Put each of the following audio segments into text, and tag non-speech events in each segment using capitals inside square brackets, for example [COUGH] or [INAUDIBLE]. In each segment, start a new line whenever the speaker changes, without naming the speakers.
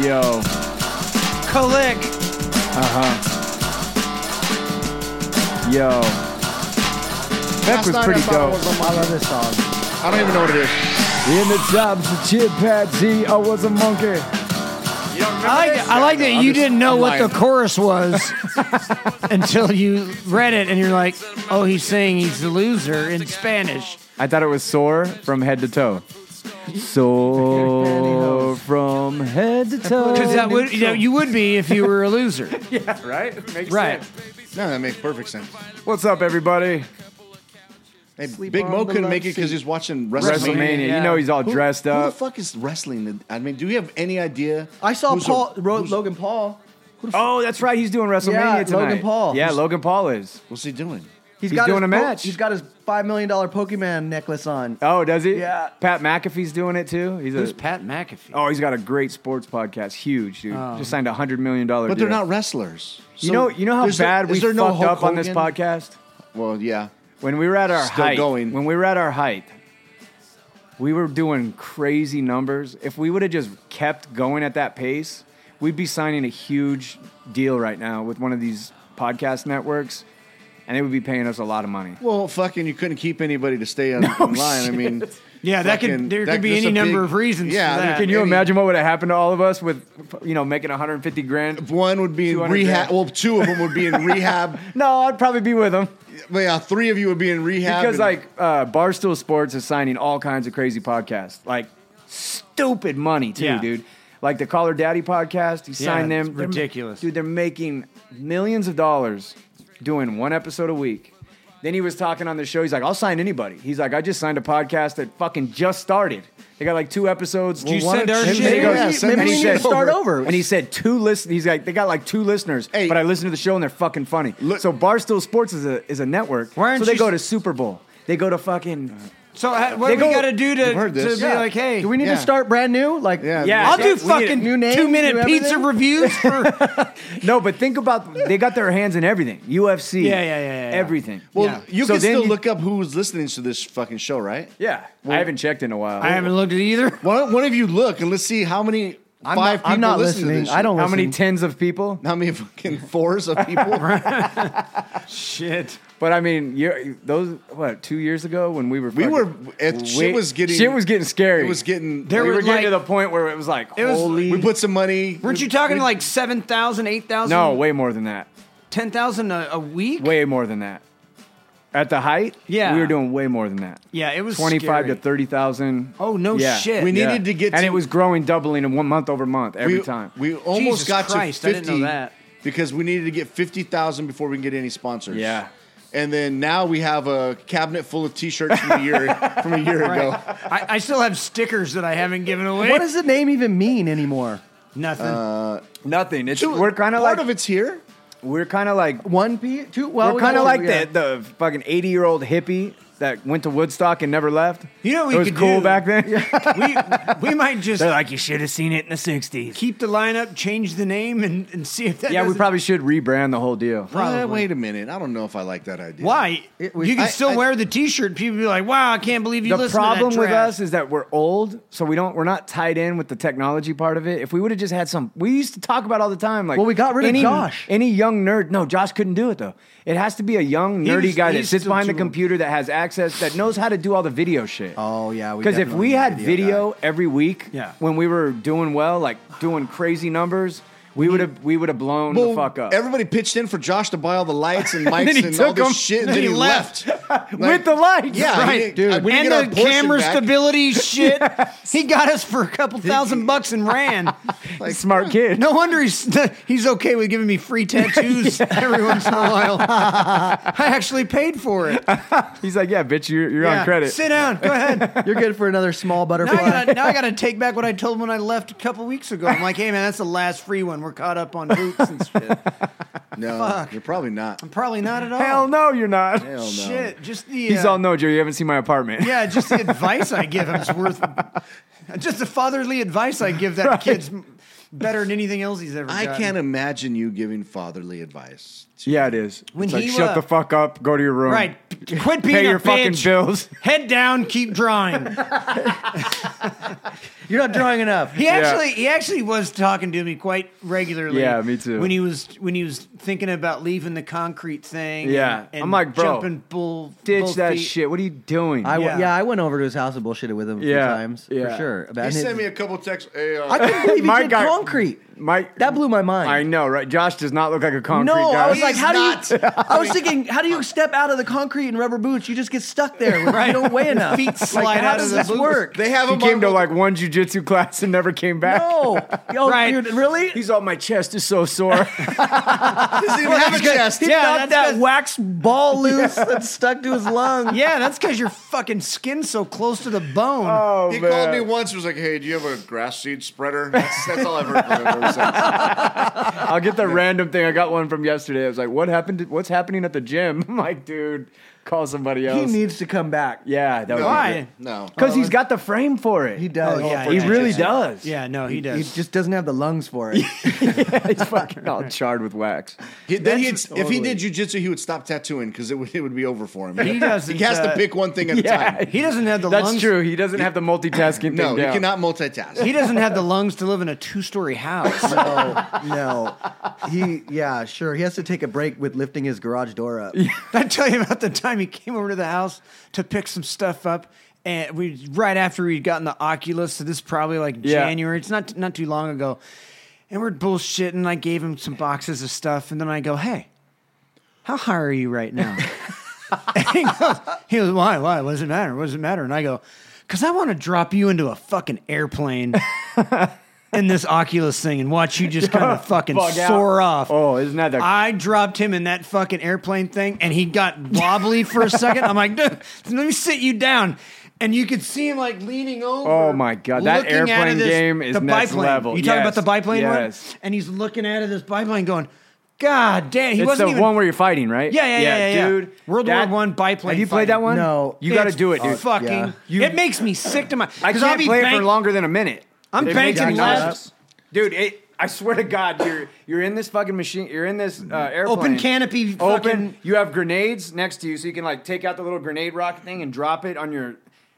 Yo.
Click.
Uh-huh. Yo. Beck
Last
was
night
pretty
I thought
dope.
it was on my other song. I don't even know what it is.
In the jobs of chimpanzee, I was a monkey.
I like, I like that you didn't know what the
lying.
chorus was [LAUGHS] until you read it, and you're like, "Oh, he's saying he's the loser in Spanish."
I thought it was sore from head to toe. Sore from head to toe.
Because that would you, know, you would be if you were
[LAUGHS]
a loser,
right? Makes
right?
sense.
No, that makes perfect sense.
What's up, everybody?
Hey,
Sleep
Big Mo
on the
couldn't
love
make it because he's watching WrestleMania.
WrestleMania.
yeah.
You know he's all
Who-
dressed
Who the
up.
fuck is wrestling? in- I mean, do you have any idea?
I saw
who's a-
Paul wrote
who's-
Logan Paul.
oh, that's right. He's doing WrestleMania
Yeah, Logan
tonight.
Paul.
Yeah,
Who's-
Logan Paul is.
What's he doing?
He's doing
his
a
po-
match.
He's got his five million dollar Pokemon necklace on.
Oh, does he?
Yeah.
Pat McAfee's doing it too. He's
Who's
a,
Pat McAfee?
Oh, he's got a great sports podcast. Huge, dude.
Oh.
Just signed a hundred million dollar.
But they're not wrestlers.
You
So
know, you know how
is there-
bad
is
we
there
fucked
no Hulk
up on this
Hogan?
podcast.
Well, yeah.
When we were at our
Still
height,
going.
when we were at our height, we were doing crazy numbers. If we would have just kept going at that pace, we'd be signing a huge deal right now with one of these podcast networks, and they would be paying us a lot of money.
Well, fucking, you couldn't keep anybody to stay
[LAUGHS]
on, online. I mean,
Yeah, that could-
fucking-
there
that-
could be
that's
any
a
number of reasons
Yeah,
for
there
that.
could
Can you
any-
imagine what would have happened to all of us with, you know, making 150 grand?
One would be in
200
rehab.
grand.
Well, two of them would
[LAUGHS]
be in rehab.
No, I'd probably be with them.
Well, yeah, three of you would be in rehab.
because
and-
like uh, Barstool Sports is signing all kinds of crazy podcasts, like stupid money too,
Yeah.
dude. Like the Caller Daddy podcast, he
Yeah,
signed
it's
them. They're-
ridiculous.
dude. They're making millions of dollars doing one episode a week. Then he was talking on the show. He's like, "I'll sign anybody." He's like, "I just signed a podcast that fucking just started. They got like two episodes.
Did you send our
And
shit?
he
Maybe
goes-
we- Yeah, send
and
the
he
shit
said-
over. Start over.
And he said two listen. He's like, they got like two listeners,
Hey.
but I listen to the show and they're fucking funny.
Look-
so Barstool Sports is a is a network.
Why aren't
so they
you
go
s-
to Super Bowl. They go to fucking.
So ha- what
They
do we
go-
got to do to,
You've
to
heard
be
this. Yeah.
like, hey?
Do we need
Yeah.
to start brand new? Like,
Yeah.
Yeah.
I'll do
We need a
fucking
new name,
two
new
minute pizza
everything?
[LAUGHS]
reviews for.
No, but think about they got their hands in everything. UFC.
Yeah, yeah, yeah, yeah, yeah.
Everything.
well,
Yeah.
you
So
can
then
still
you-
look up who's listening to this fucking show, right?
yeah. I haven't checked in a while.
I haven't looked
[LAUGHS]
at either.
One, one of you look and let's see how many five
I'm not,
people
I'm not
listen To
listening.
this
I don't.
How
listen.
many tens of people?
shit. How many fucking fours of people?
Shit.
But I mean, you're, those what two years ago when we were
we
fucking-
were. It,
Wait,
shit was getting.
shit was getting scary.
It was getting.
There
we
were
were getting
like-
to the point where it was like
It was-
holy.
we put some money.
Weren't you talking like 7,000, 8,000?
no, way more than that.
10,000 a, a week?
Way more than that. At the height,
Yeah.
we were doing way more than that.
Yeah, it was
Twenty-five
scary.
to thirty thousand.
Oh, no
Yeah.
shit.
We needed to get
and
to-
it was growing, doubling in one month over month every
we,
time.
We almost
Jesus
got
Christ,
to
I
50
didn't know that.
because we needed to get 50,000 before we can get any sponsors.
Yeah.
And then now we have a cabinet full of t-shirts from a year from a year ago.
I, I still have stickers that I haven't given away.
What does the name even mean anymore?
Nothing.
Uh, Nothing. It's
Dude,
we're kind of
part
like
of it's here.
we're kind of like
One P. Two. Well,
we're
we
kind of like
got- yeah.
the, the fucking 80 year old hippie that went to Woodstock and never left.
You know
it
what we
was
could
cool
do?
back then.
we, we might just
They're like, you should have seen it in the 60s.
keep the lineup, change the name, and, and see if that
[LAUGHS] Yeah, we
doesn't-
probably should rebrand the whole deal.
Uh, wait a minute. I don't know if I like that idea.
Why?
It was-
you can
I-
still
I-
wear the T-shirt. People be like, "Wow, I can't believe you."
the
listen to that
problem with
trash."
us is that we're old, so we don't. We're not tied in with the technology part of it. If we would have just had some, we used to talk about all the time. Like,
Well, we got rid of
any,
Josh.
Any young nerd? No, Josh couldn't do it though. It has to be a young nerdy
was-
guy that
he's
sits
still
behind the
too-
computer that has access that knows how to do all the video shit.
Oh yeah.
Because if
definitely
we
need a
had video,
guy.
every week,
Yeah.
when we were doing well, like doing crazy numbers, we would have we would have blown
Well,
the fuck up
Everybody pitched in for Josh to buy all the lights and
then
mics
he
and, all
took
this
'em.
shit, and
Then
then,
he
he left.
[LAUGHS] with the lights.
Yeah, he
Right,
didn't- uh, we
and
didn't get our
the
portion
camera
back.
[LAUGHS]
stability shit. he got us for a couple thousand bucks
[LAUGHS]
and ran.
Like,
smart kid.
No wonder he's [LAUGHS] he's okay with giving
[LAUGHS]
me free tattoos every once in a while. I actually paid for it.
[LAUGHS] he's like, yeah, bitch, you're, you're
Yeah.
on credit.
Sit down. Go ahead.
you're good for
[LAUGHS]
another small
Now I,
butterfly.
gotta, now I gotta take back what I told him when I left a couple weeks ago. I'm like, hey man, that's the last free one. We're caught up on boots and shit.
[LAUGHS]
No, you're probably not.
Probably not at all.
Hell no, you're not.
Hell no.
Shit, just
[LAUGHS]
the
He's
uh,
all no, Joe. You haven't seen my apartment.
yeah, just the advice I give him is worth. Just the fatherly advice I give that kid's better than anything else he's ever.
I
gotten.
can't imagine you giving fatherly advice.
[LAUGHS] Yeah, it is.
When
it's like,
he,
shut
uh,
the fuck up, go to your room.
Right, p- quit being
Pay
a
your fucking
bitch.
bills.
Head down, keep drawing.
You're not
[LAUGHS]
drawing enough.
He actually he actually was talking to me quite regularly.
Yeah, me too.
When he was when he was thinking about leaving the concrete thing.
Yeah.
and, and
I'm like, bro,
jumping bull, bull
Ditch that
feet.
shit. What are you doing?
I yeah.
Yeah.
yeah, I went over to his house and bullshitted with him a
Yeah,
few times
yeah.
for sure. About
He
his-
sent me a couple texts. Hey, uh,
I couldn't believe he
My
did
guy-
concrete.
Mike,
That blew my mind.
I know, right? Josh does not look like a concrete
No, oh,
guy.
I was like,
He's
how do you?
not.
[LAUGHS] I was thinking, how do you step out of the concrete in rubber boots? You just get stuck [LAUGHS] there. You don't weigh enough.
Feet slide
like, how
out of
does
the
this
boots.
[LAUGHS]
work?
they have
he
him
came
on
to
the-
like one jujitsu class and never came back.
[LAUGHS] no, Yo,
Right.
dude, really?
He's all, my chest is so sore.
doesn't even have a chest.
He
Yeah, that's
knocked that
good.
wax ball [LAUGHS] loose that stuck to his lung.
Yeah, that's because your fucking skin's so close to the bone.
oh,
He
man.
called me once. Was like, "Hey, do you have a grass seed spreader?" That's, that's all I've heard from him ever [LAUGHS] since.
I'll
[LAUGHS]
get the random thing. I got one from yesterday. I was like, what happened? To, what's happening at the gym? [LAUGHS] I'm like, dude, call somebody
He
else.
needs to come back.
yeah, that
Why?
No.
Because he's got the frame for it.
He does.
Oh, yeah,
Oh, He really does.
yeah, no, he
He
does.
just doesn't have the lungs for [LAUGHS] it.
[LAUGHS]
[LAUGHS]
he's fucking all charred with wax.
He, then he'd,
That's-
if he did jujitsu, he would stop tattooing because it would, it would be over for him.
He doesn't,
[LAUGHS] He has to
uh,
pick one thing at a time.
Yeah,
He doesn't have the
that's
lungs.
true. He doesn't have the multitasking thing
No, he
down.
cannot multitask.
He doesn't have the lungs to live in a two-story house.
No, no. He, yeah, sure. He has to take a break with lifting his garage door up.
[LAUGHS] I tell you about the time he came over to the house to pick some stuff up, and we right after we'd gotten the Oculus. So this is probably like
Yeah.
January. It's not not too long ago, and we're bullshitting. I gave him some boxes of stuff, and then I go, "Hey, how high are you
[LAUGHS]
right now?" And he goes, he goes, "Why? Why? What does it matter? What does it matter?" And I go, "Cause I want to drop you into a fucking
[LAUGHS]
airplane." In this Oculus thing, and watch you
[LAUGHS]
just kind of fucking
Bug out.
soar off.
Oh, isn't that the
I dropped him in that fucking airplane thing, and he got wobbly for a second. I'm like, dude, let me sit you down. And you could see him like leaning over.
Oh, my God. That
looking out
airplane
of this-
game is
the
next
biplane.
level.
You talking
Yes.
about the biplane
Yes.
one? And he's looking out of this biplane, going, "God damn!" He
it's
wasn't
the
even.
one where you're fighting, right?
yeah, yeah, yeah, yeah, yeah.
dude.
World
that-
War One biplane.
Have you played that
fighting.
one?
No.
you got to
It's
do it, dude.
Fucking,
Yeah.
You-
it makes me sick to my.
I
'cause I'll
can't
be
play it for
bank-
longer than a minute.
I'm
It
banking
makes me
left.
nauseous. dude. It. I swear to God, you're you're in this fucking machine. You're in this uh, airplane.
Open canopy.
Open.
fucking-
You have grenades next to you, so you can like take out the little grenade rocket thing and drop it on your.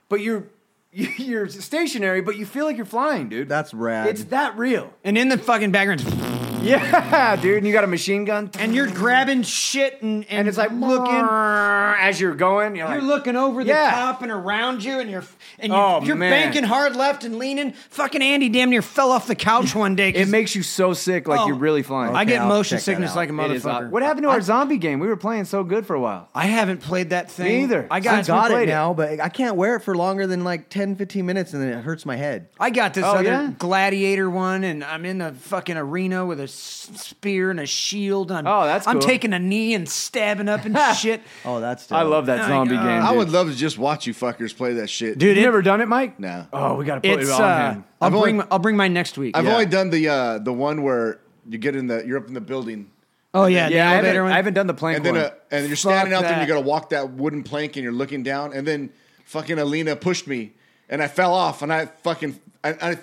But you're [LAUGHS] you're stationary, but you feel like you're flying, dude.
That's rad.
It's that real.
and in the fucking background,
Yeah, [LAUGHS] dude. And you got a machine gun,
and you're grabbing shit, and and,
and it's like
[LAUGHS]
looking as you're going. You're,
You're
like,
looking over the
Yeah.
top and around you, and you're and you,
Oh,
you're
man.
banking hard left and leaning. Fucking Andy damn near fell off the couch one day. 'cause-
It makes you so sick, like
Oh.
you're really flying.
I
Okay,
get
I'll
motion
check that
sickness
out. uh,
like a
It is
motherfucker.
odd. What happened to our zombie game? We were playing so good for a while.
I haven't played that thing
Me either.
I
I
got
got
played
it
it.
now, but I can't wear it for longer than like 10, 15 minutes, and then it hurts my head.
I got this
Oh,
other
yeah?
gladiator one, and I'm in the fucking arena with a s- spear and a shield. And I'm,
Oh, that's
I'm
cool.
taking a knee and stabbing
[LAUGHS]
up and shit.
Oh, that's. Dope.
I love that
Like,
zombie
uh,
game. Dude.
I would love to just watch you fuckers play that shit.
Dude, you never done it, Mike?
No.
Oh, we gotta put
It's
it on
uh,
him.
I'll
I've
bring
only-
I'll bring mine next week.
I've
Yeah.
only done the uh, the one where you get in the you're up in the building
oh yeah, the
Yeah, I haven't,
elevator one.
I haven't done the plank
and then
one.
uh and you're
Fuck
standing out there and
that.
you got to walk that wooden plank and you're looking down and then fucking Alina pushed me and I fell off and I fucking I. I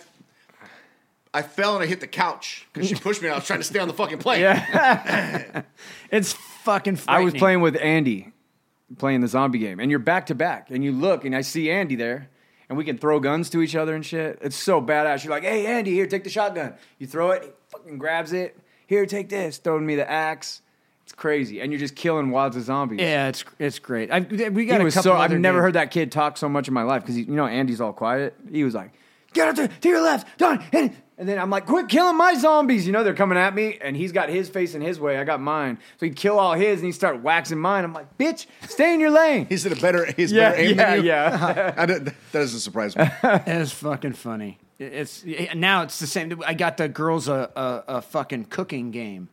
I fell and I hit the couch because she pushed me. and I was trying to stay on the fucking plank.
yeah,
it's fucking.
I was
frightening.
playing with Andy, playing the zombie game, and you're back to back, and you look, and I see Andy there, and we can throw guns to each other and shit. It's so badass. You're like, hey, Andy, here, take the shotgun. You throw it, he fucking grabs it. Here, take this. Throwing me the axe. It's crazy, and you're just killing wads of zombies.
Yeah, it's it's great. I, we got
He
a
was
couple
so I've
other
never
games.
heard that kid talk so much in my life because you know Andy's all quiet. He was like, "Get up there to your left, Don." And, and then I'm like, "Quit killing my zombies!" You know they're coming at me, and he's got his face in his way. I got mine, so he'd kill all his, and he'd start waxing mine. I'm like, "Bitch, stay in your lane."
He's in a better, he's
yeah,
better aim
yeah,
than you.
yeah.
[LAUGHS] I don't, that doesn't surprise me.
It's fucking funny. It- It's it- now it's the same. I got the girls a a, a fucking cooking game.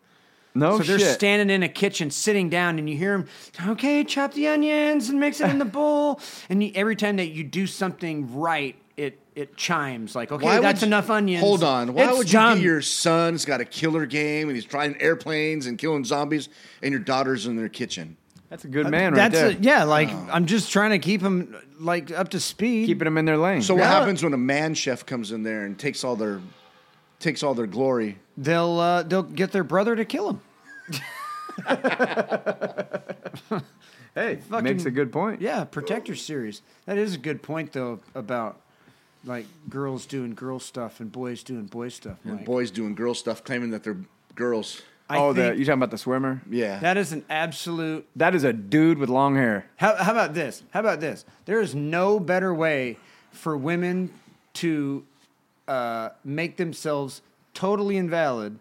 no
so they're
Oh, shit.
standing in a kitchen, sitting down, and you hear them. Okay, chop the onions and mix it
[LAUGHS]
in the bowl. And you, every time that you do something right, it it chimes like, okay,
would
that's
you-
enough onions.
Hold on. Why
It's
would you
dumb.
get your son's got a killer game and he's trying airplanes and killing zombies and your daughter's in their kitchen?
That's a good man right
uh, That's
there. Oh.
a, yeah. Like I'm just trying to keep them like up to speed.
Keeping them in their lane.
So what
Yeah.
happens when a man chef comes in there and takes all their takes all their glory?
they'll uh, they'll get their brother to kill him.
hey, makes a good point.
Yeah, Protector series. That is a good point though about like girls doing girl stuff and boys doing boy stuff.
And
Mike.
boys doing girl stuff, claiming that they're girls.
I
oh, the,
think
you talking about the swimmer?
Yeah.
that is an absolute.
That is a dude with long hair.
How, how about this? How about this? There is no better way for women to uh, make themselves totally invalid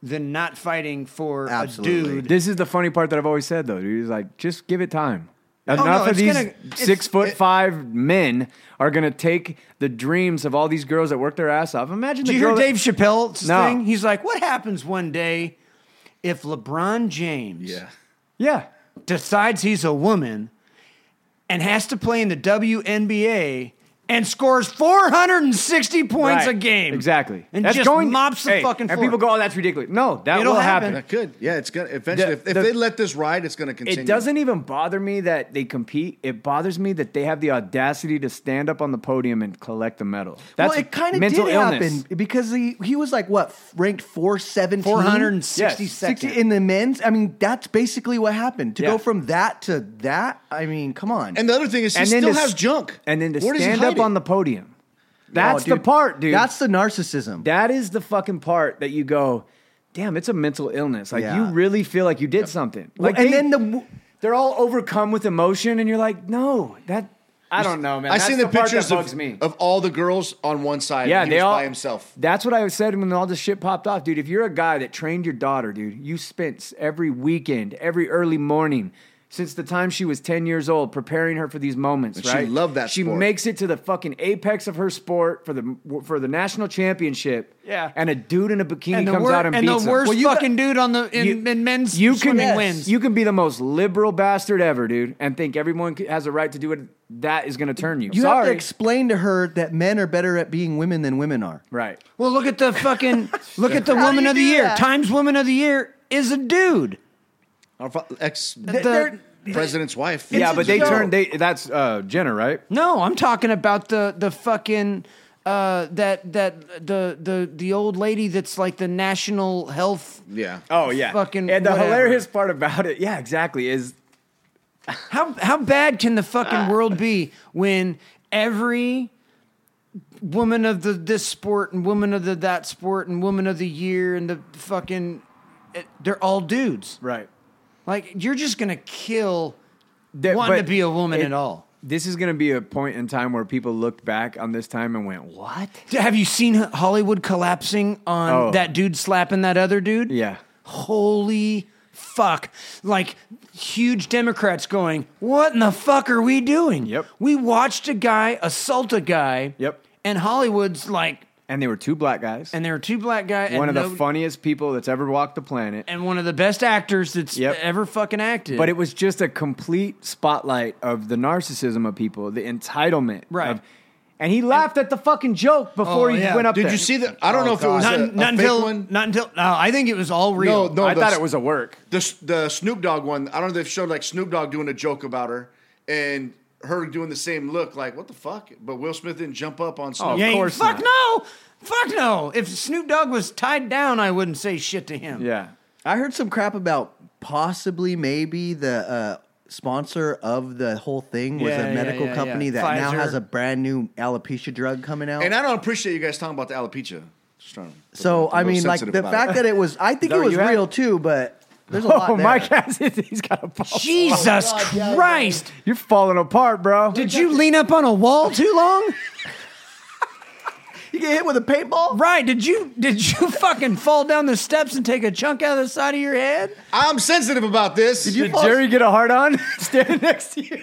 than not fighting for
Absolutely.
a dude.
This is the funny part that I've always said though, dude. Is like just give it time. Enough
Oh, no,
of
it's
these
gonna- it's-
six foot
it-
five men are gonna take the dreams of all these girls that work their ass off. Imagine
Did
the
you hear
girl that-
Dave Chappelle's
No.
thing? He's like, "What happens one day if LeBron James
yeah.
Yeah,
decides he's a woman and has to play in the WNBA and scores 460 points
Right.
a game.
Exactly.
And just mops the
Hey, And
fucking floor.
people go, "Oh, that's ridiculous." No, that
It'll
will happen.
happen.
That could. Yeah, it's gonna eventually.
The-
if if
the-
they let this ride, it's gonna continue.
It doesn't even bother me that they compete. It bothers me that they have the audacity to stand up on the podium and collect the medal. That's
well, it kind of did
mental illness.
happen because he, he was like what ranked 417
460
Yes.
seconds.
60 in the men's. I mean, that's basically what happened. To
Yeah.
go from that to that, I mean, come on.
And the other thing is, he still
to
has
s-
junk.
And then to
Where does he
stand
hide
up
it?
on the podium. That's
Oh,
the part, dude.
That's the narcissism.
That is the fucking part that you go, damn, it's a mental illness. Like
Yeah.
you really feel like you did something. Like
and
they-
then the
they're all overcome with emotion, and you're like, no, that I don't know, man.
I
That's
seen the,
part
pictures
that bugs
of,
me.
of all the girls on one side.
yeah,
and
they
he was
all
by himself.
That's what I said when all this shit popped off, dude. If you're a guy that trained your daughter, dude, you spent every weekend, every early morning. Since the time she was 10 years old, preparing her for these moments,
And she
right?
loved that
She
sport.
makes it to the fucking apex of her sport for the for the national championship.
Yeah.
And a dude in a bikini
and the,
comes
wor-
out and,
and the
beats him.
worst
Well, you-
fucking dude on the in, in men's
you can,
swimming
yes.
wins.
You can be the most liberal bastard ever, dude, and think everyone c- has a right to do it. That is going to turn you.
you
Sorry.
have to explain to her that men are better at being women than women are.
right.
well, look at the fucking
[LAUGHS]
look at the
How do
woman
you
of the
do
year.
that?
Times woman of the year is a dude.
Our fa- ex
The-
president's wife.
Yeah,
a
but they
joke.
turned. They that's uh, Jenner, right?
No, I'm talking about the the fucking uh that that the the the old lady that's like the national health
Yeah.
Oh yeah,
Fucking
and the
whatever.
hilarious part about it, yeah, exactly, is
How how bad can the fucking
Uh,
world be when every woman of the this sport and woman of the that sport and woman of the year and the fucking it- they're all dudes.
right.
Like you're just gonna kill wanting to be a woman at all.
This is going to be a point in time where people looked back on this time and went, "What?
Have you seen Hollywood collapsing on
Oh.
that dude slapping that other dude?
Yeah,
Holy fuck. Like huge Democrats going, what in the fuck are we doing?
Yep.
We watched a guy assault a guy.
Yep.
And Hollywood's like,
and they were two black guys,
and there are two black guys.
one
and
of the
no-
funniest people that's ever walked the planet,
And one of the best actors that's
Yep.
ever fucking acted.
But it was just a complete spotlight of the narcissism of people, the entitlement.
Right.
Of, and he laughed at the fucking joke before
Oh,
he
yeah.
went up
Did
there.
you see that? I don't know if it
Oh,
was
not,
a, a
not
fake
until
one.
not until no, I think it was all real.
No, no.
I
the-
thought it was a work.
the S- the Snoop Dogg one. I don't know if they showed like Snoop Dogg doing a joke about her and her doing the same look, like what the fuck. But Will Smith didn't jump up on
Oh,
Snoop.
of
You ain't-
course
fuck
not.
no. Fuck no. If Snoop Dogg was tied down, I wouldn't say shit to him.
Yeah.
I heard some crap about possibly maybe the uh, sponsor of the whole thing was
Yeah, yeah,
a medical
yeah,
company
yeah.
that now
Pfizer.
has a brand new alopecia drug coming out.
And I don't appreciate you guys talking about the alopecia. Just trying to-
so
I'm
I
real
mean, like
sensitive
the
about
fact
it.
that it was, I think
that
it
what
was
you had?
real too, but there's a lot.
Oh, [LAUGHS]
there.
Mike has it. He's got a ball.
Jesus Christ.
You're falling apart, bro.
Did you lean up on a wall too long?
You get hit with a paintball.
Right? Did you did
[LAUGHS]
you fucking fall down the steps and take a chunk out of the side of your head?
I'm sensitive about this.
you
Did Jerry get a hard
[LAUGHS]
on standing next to you?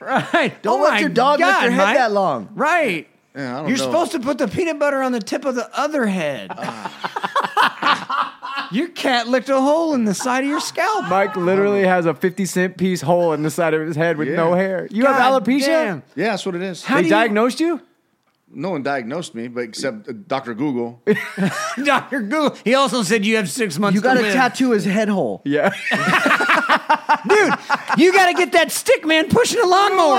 Right.
Don't
Oh
let
my
your dog lift
God,
your head
Mike.
that long.
Right.
Yeah, I don't
You're
know.
supposed to put the peanut butter on the tip of the other head.
Ah.
[LAUGHS] your cat licked a hole in the side of your scalp.
Mike literally has a 50 cent piece hole in the side of his head with
Yeah.
no hair. You have
God
alopecia?
damn. [LAUGHS]
yeah, that's what it is.
How
They
do you-
diagnosed you?
no one diagnosed me, but except uh, Dr.
[LAUGHS]
Google.
Dr. Google. He also said you have six months.
You got
to
to
live. [LAUGHS]
tattoo his head hole.
Yeah.
You got to get that stick man pushing a lawnmower.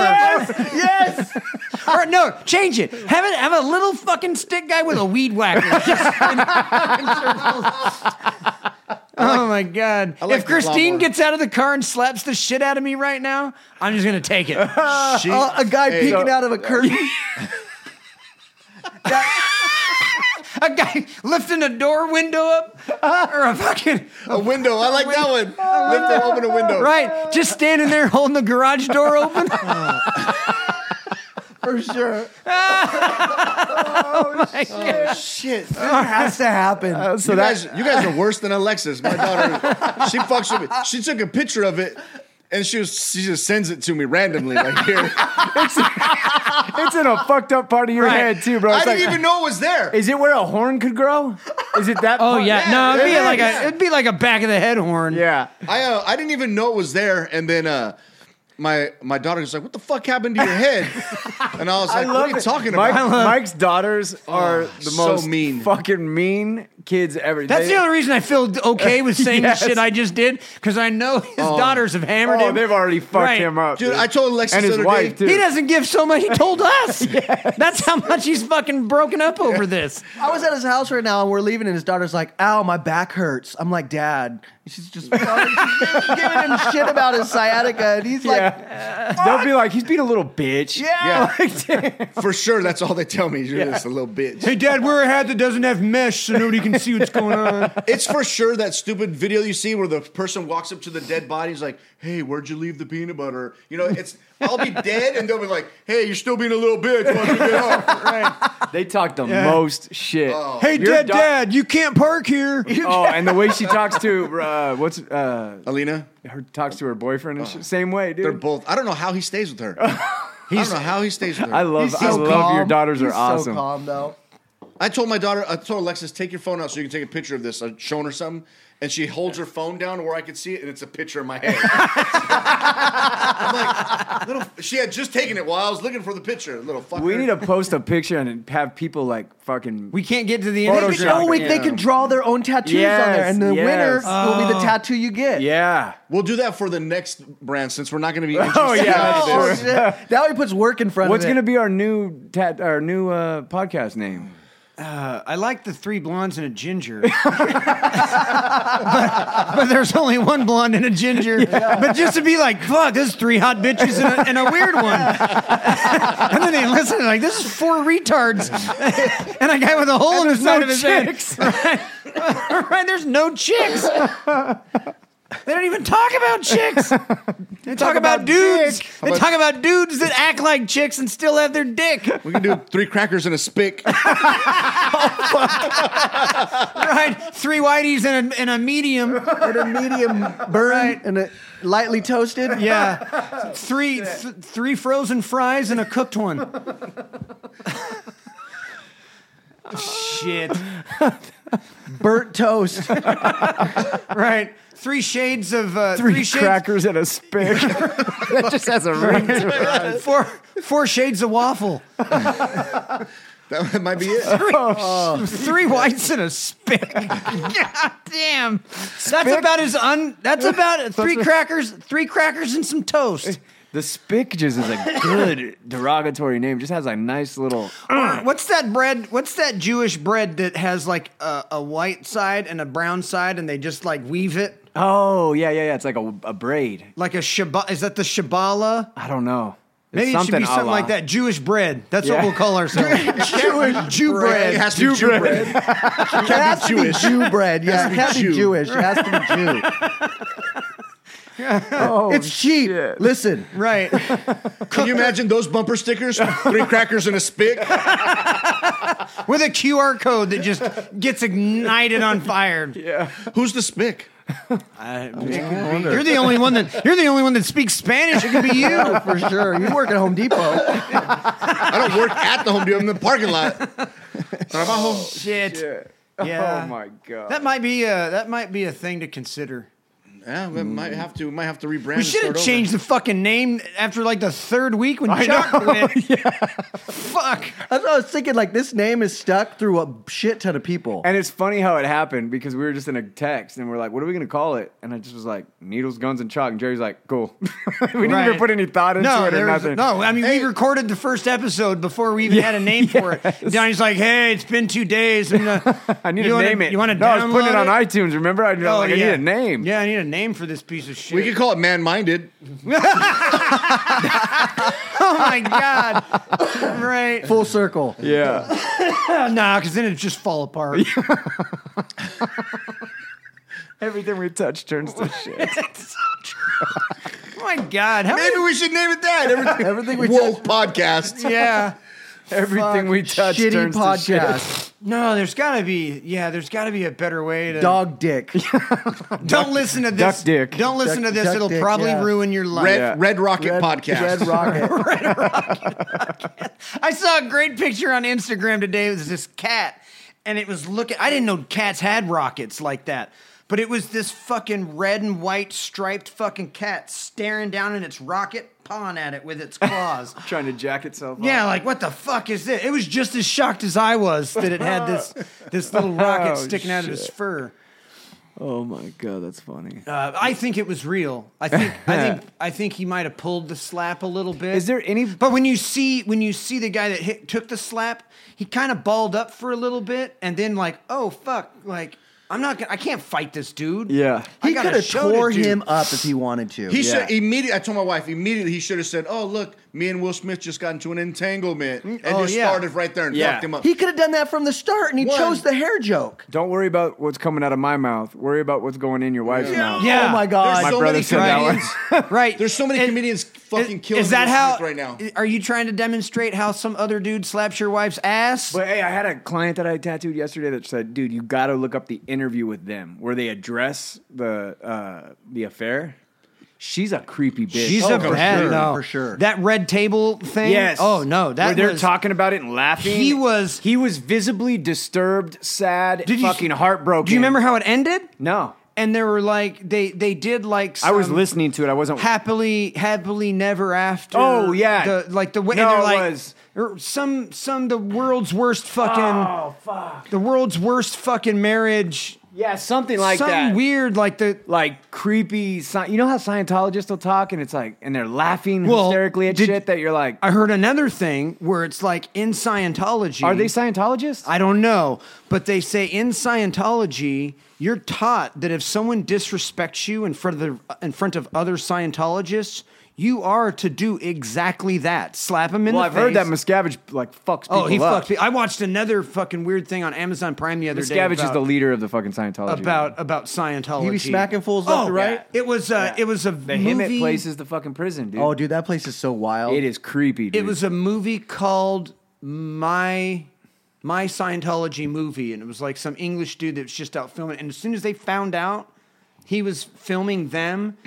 [LAUGHS]
[LAUGHS] yes.
Or no, change it. Have it. Have a little fucking stick guy with a weed whacker. [LAUGHS] Just in fucking circles. oh my god!
like
if
the
Christine
lawnmower.
gets out of the car and slaps the shit out of me right now,
[LAUGHS]
I'm just gonna take it.
[LAUGHS]
She-
Uh, a guy
Hey,
peeking
so-
out of a curtain.
a guy lifting a door window up or a fucking
A window. I like that one. Lift them open a window.
right just standing there holding the garage
[LAUGHS]
door open
for [LAUGHS] sure.
Shit.
has to
[LAUGHS]
happen.
so
you,
that's
guys, you guys are worse than Alexis. My daughter, she fucks with me. She took a picture of it, and she was she just sends it to me randomly. Like here,
[LAUGHS] it's in a fucked up part of your
Right.
head too, bro.
I
It's
didn't
like,
even know it was there.
Is it where a horn could grow? Is it that?
oh
part?
yeah, no it'd be
yeah,
like
yeah.
a it'd be like a back of the head horn
yeah.
I uh, I didn't even know it was there, and then uh, my my daughter was like, "What the fuck happened to your
[LAUGHS]
head?" And I was like, "What are you
it.
talking
Mike- [LAUGHS]
about?" Oh,
Mike's daughters are the
so
most
mean.
fucking mean kids ever.
that's
They-
the only reason I feel okay with
[LAUGHS]
saying
Yes.
the shit I just did because I know his daughters have hammered
Oh,
him.
they've already fucked
Right.
him up,
Dude, I told Alexis
and
the
his
other
wife too.
day.
He doesn't give so much. He told us. [LAUGHS] That's how much he's fucking broken up over this.
I was at his house right now, and we're leaving, and his daughter's like, "Ow, my back hurts." I'm like, "Dad," she's
[LAUGHS]
just fucking- she's giving him shit about his sciatica, and
[LAUGHS]
he's like,
yeah. They'll be like, he's being a little bitch.
"Yeah."
For sure, that's all they tell me. You're just a little bitch.
Dad, wear a hat that doesn't have mesh so nobody can see what's going [LAUGHS] on.
It's for sure that stupid video you see where the person walks up to the dead body. He's like, "Hey, where'd you leave the peanut butter?" You know, it's I'll be dead, and they'll be like, "Hey, you're still being a little bitch." Why don't
[LAUGHS]
you get off?"
[LAUGHS] They talk the most shit.
Oh.
Hey,
Your
Dad,
da-
[LAUGHS]
Dad, you can't park here.
Oh, and the way she talks to uh, what's uh,
Alina,
her talks to her boyfriend
Oh.
and shit, same way, dude.
they're both. I don't know how he stays with her.
[LAUGHS]
I don't know how he stays with her.
I love, I love your daughters
He's
are awesome.
So calm though.
I told my daughter, I told Alexis, take your phone out so you can take a picture of this. I've shown her something, and she holds her phone down where I could see it, and it's a picture in my head. I'm like, little, she had just taken it while I was looking for the picture. Little fucker.
We need to post a picture and have people like fucking.
[LAUGHS] We can't get to the
end
end
of
of
Photoshop.
They could, oh, wait, they
Yeah.
could draw their own tattoos on there,
Yes,
and the
yes. Oh.
winner will be the tattoo you get.
yeah.
We'll do that for the next brand since we're not going to be.
Oh,
interested
yeah,
after
that's
Oh,
this.
true.
shit. Now he puts work in front
What's
of it.
gonna be our new tat? Our new uh, podcast name?
I like the three blondes and a ginger. [LAUGHS] but, but there's only one blonde and a ginger. But just to be like, fuck, this is three hot bitches and a, and a weird one. [LAUGHS] and then they listen, like, this is four retards. [LAUGHS] and a guy with a hole in the side of his head. [LAUGHS] Right. [LAUGHS] right, there's no chicks. they don't even talk about chicks. They talk, about, dudes. They
about-
talk about dudes that act like chicks and still have their dick. [LAUGHS]
We can do three crackers and a spick.
right? Three whiteys and a, and a [LAUGHS] medium.
And a medium
[LAUGHS]
burn and a lightly toasted.
[LAUGHS] Yeah, three th- three frozen fries and a cooked one. Shit!
Burnt toast.
Right, three shades of uh, three, shades,
crackers and a
[LAUGHS]
spick. that just has a ring to it.
[LAUGHS] four four shades of waffle,
That might be it.
three, three whites and a spick. [LAUGHS] God damn, that's about as un. That's about three crackers, three crackers and some toast.
The spick just is a good derogatory name. Just has a nice little.
What's that bread? What's that Jewish bread that has like a, a white side and a brown side, and they just like weave it
Oh yeah, yeah, yeah. It's like a, a braid.
like a shabbat? Is that the shabala?
I don't know. It's
Maybe it should be
a
something
la-
like that. Jewish bread. That's
Yeah.
what we'll call
[LAUGHS]
ourselves. Jewish Jew
It
bread.
has to be
Jew
Jew
bread.
bread.
It has to be Jew bread. Yeah, it
Has
has
to
to
be Jew.
be Jewish. It has to be
[LAUGHS]
Jew.
Oh,
It's cheap.
shit.
Listen,
Right.
Can you imagine those bumper stickers? Three crackers and a spick.
With a QR code that just gets ignited on fire.
Who's the spick?
You're the only one that you're the only one that speaks Spanish. It could be you.
[LAUGHS] for sure. You work at Home Depot.
I don't work at the Home Depot. I'm in the parking lot. Trabajo.
Oh, Shit.
Yeah.
Yeah.
Oh my god.
That might be a that might be a thing to consider.
Yeah, we might have to. We might have to rebrand.
We should have changed the fucking name after like the third week when Jock
[LAUGHS]
went. Fuck.
That's what I was thinking. Like this name is stuck through a shit ton of people.
and it's funny how it happened because we were just in a text and we're like, "What are we gonna call it?" And I just was like, "Needles, guns, and chalk." And Jerry's like, "Cool." [LAUGHS] we didn't even
Right.
put any thought into
No,
it or
there was-
nothing.
no. I mean, we recorded the first episode before we even had a name for it. Donnie's like, "Hey, it's been two days. I'm gonna,
I need
You
to
wanna-
name it.
you wanna
no, I was putting it
download
on
it?
iTunes. Remember, I,
Oh,
like, I need a name.
Yeah, I need a name for this piece of shit.
We could call it man-minded.
oh my god! Right?
Full circle.
[LAUGHS] Yeah.
nah, because then it just fall apart.
Everything we touch turns
[LAUGHS]
to shit.
It's so true. oh my god! How
Maybe
many?
we should name it that. Everything,
Everything we
woke podcast.
Yeah.
Everything we touch
shitty
turns to shit.
podcast.
No, there's got to be. Yeah, there's got to be a better way to.
[LAUGHS]
Dog dick.
Don't listen to this.
duck dick.
Don't listen
Duck-
to this.
duck
It'll
dick,
probably
yeah.
ruin your life.
Red,
Yeah.
Red Rocket
Red-
podcast.
[LAUGHS]
Red Rocket.
I saw a great picture on Instagram today. It was this cat, and it was looking. I didn't know cats had rockets like that, but it was this fucking red and white striped fucking cat staring down at its rocket, pawing at it with
[LAUGHS]
its claws.
[LAUGHS] Trying to jack itself
yeah, like what the fuck is this? It was just as shocked as I was that it had this this little
[LAUGHS]
rocket
Oh,
sticking out of its
shit.
fur.
Oh my god, that's funny.
Uh, I think it was real. I think I think I think he might have pulled the slap a little bit.
Is there any-
But when you see when you see the guy that hit, took the slap, he kind of balled up for a little bit, and then like, oh fuck, like I'm not gonna, I can't fight this dude.
Yeah.
I
He
got a
could have
show to
tore
do.
him up if he wanted to.
He
Yeah.
should immediately. I told my wife immediately. He should have said, "Oh, look, me and Will Smith just got into an entanglement," and
oh,
just
yeah.
started right there and
Yeah.
fucked him up.
He could have done that from the start, and he
One.
chose the hair joke.
Don't worry about what's coming out of my mouth. Worry about what's going in your wife's mouth.
Yeah.
Oh my
There's
god.
My
so
brother
many
said that one. [LAUGHS]
comedians-
right.
There's so many
Is-
comedians fucking
is-
killing
Is that
Will
how?
Smith right now.
Are you trying to demonstrate how some other dude slaps your wife's ass?
But hey, I had a client that I tattooed yesterday that said, "Dude, you got to look up the interview with them where they address the uh, the affair." She's a creepy bitch.
She's
Oh,
a
for
bad
sure,
no.
for sure.
That red table thing.
Yes.
Oh no, that
where they're
was-
talking about it and laughing.
He was-
he was visibly disturbed, sad,
Did you-
fucking heartbroken.
Do you remember how it ended?
No,
And there were like they they did like
I was
some
listening to it. I wasn't.
happily happily never after.
Oh, yeah.
the, like the way
No,
and they're
it
like
was-
or some some the world's worst fucking
oh fuck!
the world's worst fucking marriage.
Yeah, something like
some
that.
weird like the
like creepy. Sci- you know how Scientologists will talk and it's like, and they're laughing
Well,
hysterically at
did-
shit that you're like,
I heard another thing where it's like in Scientology.
are they Scientologists?
I don't know, but they say in Scientology, you're taught that if someone disrespects you in front of the, in front of other Scientologists, you are to do exactly that. Slap him in
well,
the
I've
face.
heard that Miscavige like fucks people
oh, he
up.
fucked me. I watched another fucking weird thing on Amazon Prime the other
Miscavige
day.
is
about-
the leader of the fucking Scientology.
about about Scientology.
He be smacking fools left
oh,
and right?
yeah. It was uh,
Yeah.
it was a
the
movie.
Hemet place is the fucking prison, dude.
Oh, dude, that place is so wild.
it is creepy. Dude.
It was a movie called My My Scientology Movie, and it was like some English dude that was just out filming. And as soon as they found out he was filming them,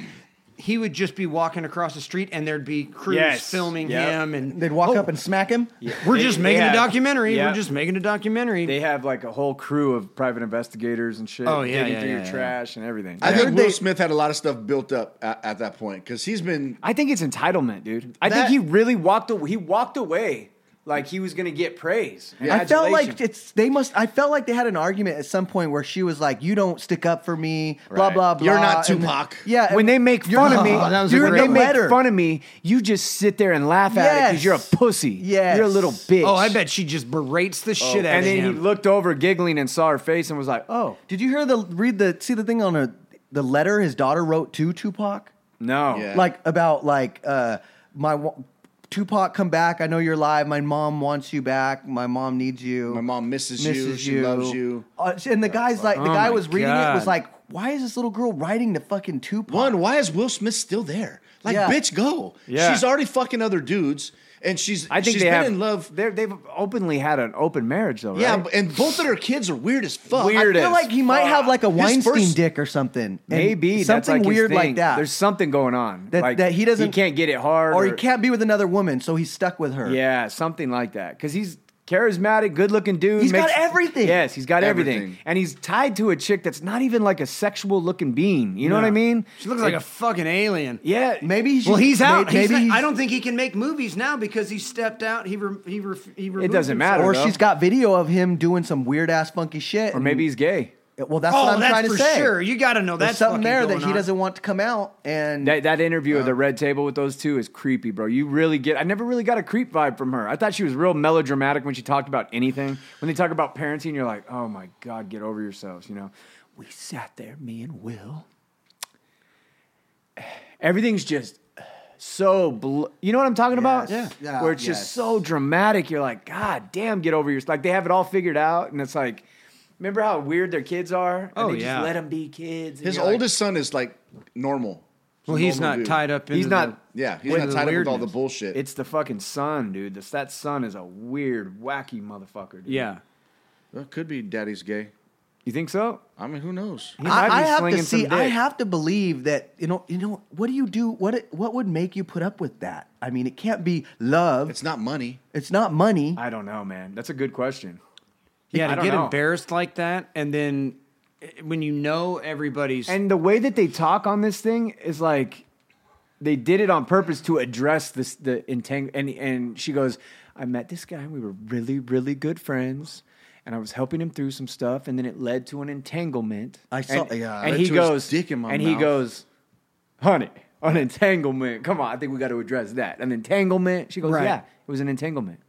he would just be walking across the street, and there'd be crews
Yes.
filming
Yep.
him. And oh,
They'd
Oh.
walk up and smack him.
we're
They-
just
they
making a
have-
documentary.
yeah.
We're just making a documentary.
They have like a whole crew of private investigators and shit.
Oh, yeah,
digging
yeah,
through
yeah,
your
yeah.
trash and everything.
I
Yeah.
think
heard
Will
they-
Smith had a lot of stuff built up at, at that point because he's been.
I think it's entitlement, dude. I
That-
think he really walked. Away, he walked away like he was gonna get praise. and
I felt like
adulation.
it's they must. I felt like they had an argument at some point where she was like, "You don't stick up for me." Blah
Right.
blah blah.
You're not
And-
Tupac.
yeah.
when
and-
they make
You're- [LAUGHS]
fun of me,
Oh, that was a
dude, when
great
they
one.
make
Letter.
fun of me, you just sit there and laugh at it because you're a
Yes.
pussy.
Yes. Oh.
you're a little bitch. Oh,
oh, I bet she just berates the shit out
And
of
then
him.
he looked over, giggling, and saw her face, and was like, "Oh,
Did you hear the read the see the thing on a, the letter his daughter wrote to Tupac?
no."
Yeah.
like about like uh my wa- Tupac come back. I know you're alive. My mom wants you back. My mom needs you.
My mom misses you. She loves you.
Uh, and the guy's like, the
Oh
guy
my
was reading it
God.
was like, why is this little girl writing to fucking Tupac?
One, why is Will Smith still there? Like,
Yeah.
bitch, go.
Yeah.
She's already fucking other dudes, and she's.
I think
she's
they
been
have
in love.
They're, they've openly had an open marriage, though.
Yeah,
right?
but- and both of their kids are weird as fuck.
Weird
I feel
as
like he might have like a Weinstein
first-
dick or something. And
Maybe that's
something
like his
weird
thing.
like that.
There's something going on
That-
like,
that he doesn't-
He can't get it hard,
or he can't be with another woman, so he's stuck with her.
Yeah, something like that. Because he's charismatic, good-looking dude.
He's got everything.
Yes, he's got everything.
Everything.
and he's tied to a chick that's not even like a sexual-looking being. You know what I
Yeah.
mean?
She looks like a fucking alien.
yeah.
Maybe he should,
Well, he's
may-
out.
Maybe,
he's not-
he's-
I don't think he can make movies now because he stepped out. He re, he re, he removed
doesn't
himself.
matter.
Or
though.
she's got video of him doing some weird ass funky shit.
Or maybe he's gay.
Well, that's
oh,
what I'm
that's
trying to
for
say.
sure. You got to know
There's
that's
something
fucking
there that
going
he
on.
doesn't want to come out, and
That, that interview at the red table with those two is creepy, bro. You really get. I never really got a creep vibe from her. I thought she was real melodramatic when she talked about anything. When they talk about parenting, you're like, oh my god, get over yourselves. You know, we sat there, me and Will. Everything's just so bl- you know what I'm talking about?
Yes. Yeah. Yeah.
Where it's
Yes.
just so dramatic. You're like, God damn, get over your like they have it all figured out, and it's like, remember how weird their kids are? And
Oh,
they
yeah.
just let them be kids. and
His
you're like,
oldest son is like normal.
Well,
a
he's
normal
not
dude.
tied up. Into
He's not-
The,
Yeah, he's
With
not
the
tied up with all the
weirdness.
bullshit.
It's the fucking son, dude. That's that son is a weird, wacky motherfucker. Dude.
yeah.
Well, it could be daddy's gay.
you think so?
I mean, who knows?
He might be
I, I have to
slinging some
see. I
dick.
have to believe that you know. You know what do you do? What what would make you put up with that? I mean, it can't be love. It's,
It's not money.
not money.
I don't know, man. That's a good question.
Yeah,
I
to
don't
get
know.
embarrassed like that, and then eh, when you know everybody's
And the way that they talk on this thing is like they did it on purpose to address this the entang and and she goes, I met this guy, we were really, really good friends. And I was helping him through some stuff, and then it led to an entanglement.
I saw-
and,
yeah,
and
led
he
to his
goes,
dick in my
and he
mouth.
goes, honey, an entanglement. Come on, I think we got to address that. An entanglement. She goes,
Right.
yeah, it was an entanglement.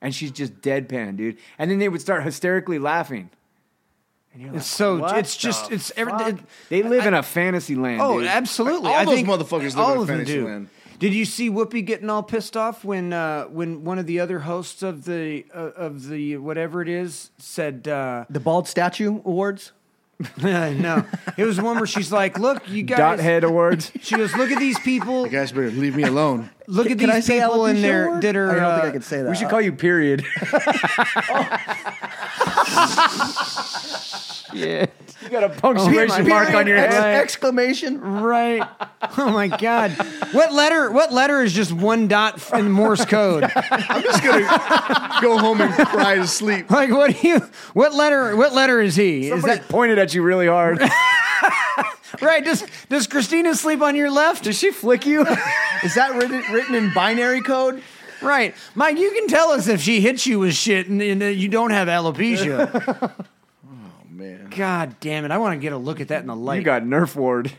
And she's just deadpan, dude. And then they would start hysterically laughing. And you're
It's so-
"What
it's just-
the
it's every-
fuck?"
it-
they live in a fantasy land.
Oh,
dude.
absolutely!
All
I
those
think
motherfuckers live
all
in
of them
fantasy
do.
land.
Did you see Whoopi getting all pissed off when uh, when one of the other hosts of the uh, of the whatever it is said? Uh, [LAUGHS]
the bald statue awards.
no, it was one where she's like, "Look, you
Dot [LAUGHS]
guys."
head awards.
She goes, "Look at these people!
You guys better leave me alone.
Look at
Can I
these
say
people in
alopecia
there
award?
that are."
I don't think
uh,
I could say that.
we should call you period. [LAUGHS] yeah, Oh, you got a punctuation
Period.
mark on your
Ex-
head.
exclamation.
Right. Oh my God. What letter? What letter is just one dot f- in Morse code?
I'm just gonna [LAUGHS] go home and cry to sleep.
Like what do you? What letter? What letter is he? Is
Somebody pointed at you really hard.
that right? Does Does Christina sleep on your left?
Did she flick you?
Is that written written in binary code?
[LAUGHS] Right, Mike. You can tell us if she hits you with shit and, and uh, you don't have alopecia.
[LAUGHS]
Oh man.
God damn it! I want to get a look at that in the light.
you got Nerf ward.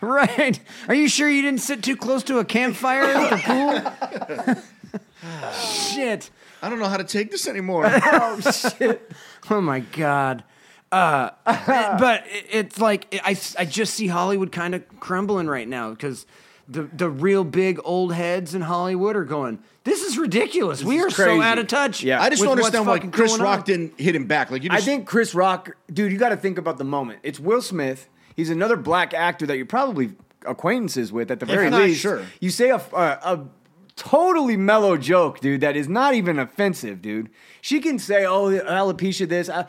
right. Are you sure you didn't sit too close to a campfire at the pool? [LAUGHS] shit.
I don't know how to take
[LAUGHS]
this anymore.
Oh my god.
[LAUGHS]
Uh, it- but it, it's like it, I I just see Hollywood kind of crumbling right now because the the real big old heads in Hollywood are going. This is ridiculous. we
is
are so
crazy."
out of touch.
Yeah.
I just
with
don't
what's
understand why
fucking
Chris
going
Rock
on.
didn't hit him back. Like you
I
just
think Chris Rock, dude, you got to think about the moment. It's Will Smith. He's another black actor that you're probably acquaintances with at the very
not,
least.
sure.
You say a, a, a totally mellow joke, dude, that is not even offensive, dude. She can say, oh, alopecia this. Uh,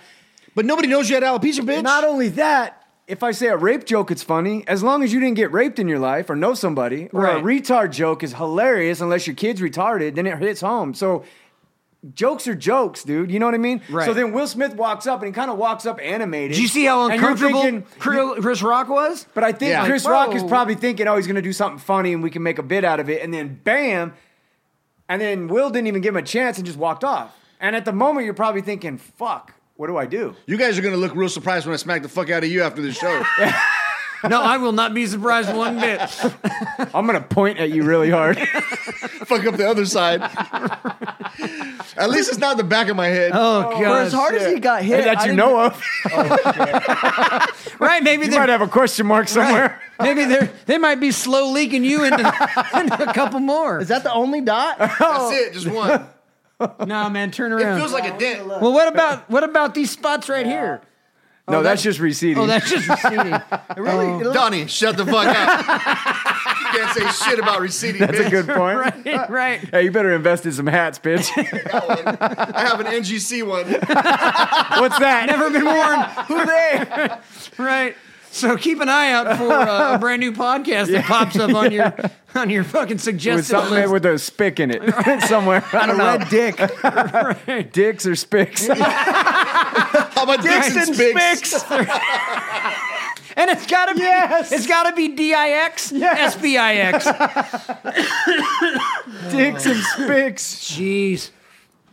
But nobody knows you had alopecia, bitch.
not only that, if I say a rape joke, it's funny. As long as you didn't get raped in your life or know somebody, or a
Right.
retard joke is hilarious unless your kid's retarded, then it hits home. So jokes are jokes, dude. You know what I mean?
Right.
So then Will Smith walks up and he kind of walks up animated.
Did you see how
And you're
uncomfortable
thinking-
Chris- Chris Rock was?
but I think
Yeah.
Chris
Like,
Rock is
whoa.
probably thinking, oh, he's going to do something funny and we can make a bit out of it. And then bam. And then Will didn't even give him a chance and just walked off. And at the moment, you're probably thinking, fuck, what do I
[LAUGHS]
do?
you guys are gonna look real surprised when I smack the fuck out of you after this
[LAUGHS]
show.
No, I will not be surprised one bit.
I'm going to point at you really hard.
[LAUGHS]
fuck up the other
[LAUGHS]
side. At least it's not the back of my head.
Oh god.
For as hard as he got hit,
that
I
you
didn't-
know of.
right? Maybe
You
they
might have a question mark somewhere.
[LAUGHS] Maybe they they might be slow leaking you into, [LAUGHS] into a couple more.
Is that the only dot?
That's it, just one.
No, man, turn
It
around.
feels like a dent.
well, what about what about these spots right here?
No, that's just receding.
Oh, that's just receding.
really? It
Oh.
looks-
Donnie, shut the fuck up. you can't say shit about
[LAUGHS]
receding,
that's
bitch.
a good point.
right, right.
Hey, you better invest in some hats, bitch.
I have an NGC one.
What's that?
Never been worn.
[LAUGHS] Who they?
Right. So keep an eye out for uh, a brand
[LAUGHS]
new podcast that pops up on your on your fucking
With
suggested
something
list.
with a spick in it [LAUGHS] somewhere. I don't know.
Red
[LAUGHS]
[LAUGHS]
dick.
Dicks or spicks.
How about Dixon Spicks?
and it's gotta be
Yes.
it's gotta be D I X S B I
[LAUGHS]
X.
Dicks and spicks.
Jeez.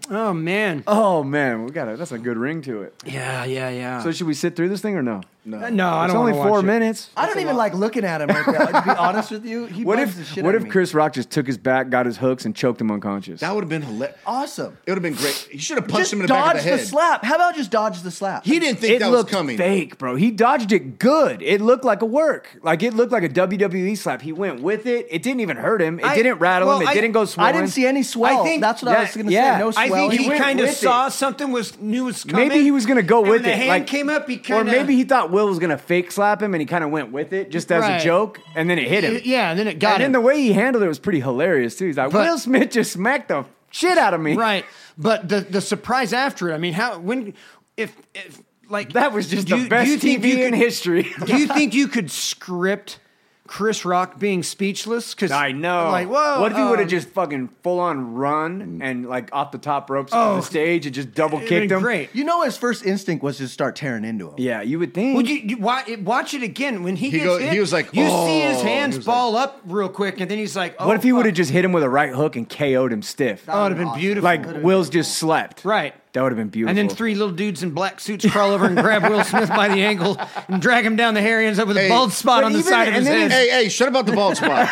Oh man.
Oh man, we got a, that's a good ring to it.
Yeah, yeah, yeah.
So should we sit through this thing or no?
No.
Uh, no, I
it's
don't
only
wanna watch
four
it.
minutes.
I don't even like looking at him right now. To be honest with you, he
What
bugs the
if
shit
what
out
if
of me.
Chris Rock just took his back, got his hooks, and choked him unconscious?
That would have been hilarious.
Awesome.
It would have been great. You should have punched
Just
him in the
dodge
back of the head.
slap. How about just dodge the slap?
He didn't think
it
that was
looked
coming.
fake, bro. He dodged it good. It looked like a work. Like it looked like a WWE slap. He went with it. It didn't even hurt him. It
I-
didn't rattle
well,
him. It
I-
didn't go swollen.
I didn't see any swell.
I think-
That's what I
yeah,
was going to
yeah.
say. No
I
swell.
I think
he
he,
went
kind of
with it.
saw something was new was coming.
Maybe he was gonna go
and
with
when
it.
The hand
like-
came up. He kind
or
of
maybe he thought Will was gonna fake slap him, and he kind of went with it just as
Right.
a joke, and then it hit him.
Yeah, and then it got
and
him.
then the way he handled it was pretty hilarious too. He's like,
But-
Will Smith just smacked the shit out of me.
[LAUGHS] right. But the the surprise after it. I mean, how when if if like
That was just
do
the
you-
best
do you think
TV
you
in
could-
history.
[LAUGHS] do
[LAUGHS]
you think you could script Chris Rock being speechless?
[LAUGHS]
Because
I know.
Like whoa.
What if he would have
um,
just fucking full on run and like off the top ropes
Oh,
on the stage and just double
it'd been
kicked him?
Great.
You know, his first instinct was to start tearing into him.
Yeah, you would think.
Would you, you wa- watch, it again when he,
He
gets
go-
hit?
he was like,
you see
"Oh,"
his hands
he was like-
ball up real quick, and then he's like, oh,
what if he
fuck.
would have just hit him with a right hook and KO'd him stiff?
Oh, it'd have been
Awesome.
beautiful.
like Will's just slept.
right.
That would have been beautiful.
And then three little dudes in black suits crawl over and
[LAUGHS]
grab Will Smith by the ankle and drag him down the hair. He ends up with
Hey,
a bald spot
but
on the
even-
side of
and
his
then
head.
Hey, hey, shut about the bald spot.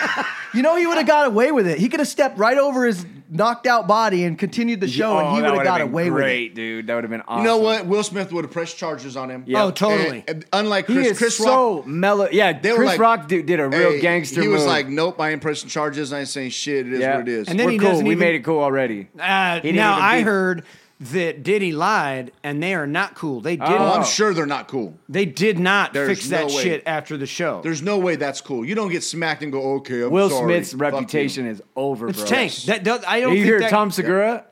You know, he would have got away with it. He could have stepped right over his knocked out body and continued the show,
Oh,
and he
that
would have
would've
got
been
away with it.
great, dude. That would have been awesome.
[LAUGHS] You know what? Will Smith would have pressed charges on him.
Yeah.
Oh, totally.
And- and unlike
He
Chris,
is
Chris
so
Rock,
mellow. Yeah,
they were
Chris
like-
Rock dude, did a real
hey,
gangster.
He was
move.
like, "Nope, I ain't pressing charges. I ain't saying shit. It is
yeah.
what it is."
And then
We're
he
cool.
doesn't
We
even-
made it cool already.
Uh,
He didn't
now
even
I
beat-
heard that Diddy lied, and they are not cool. They did.
oh, I'm
Oh.
sure they're not cool.
They did not
There's
fix that
no way.
shit after the show.
There's no way that's cool. You don't get smacked and go, "Okay, I'm
Will
sorry.
Smith's
Fuck
reputation
you."
is over,
it's
bro.
Tank. That, that- I don't.
you
think
hear
that,
Tom Segura?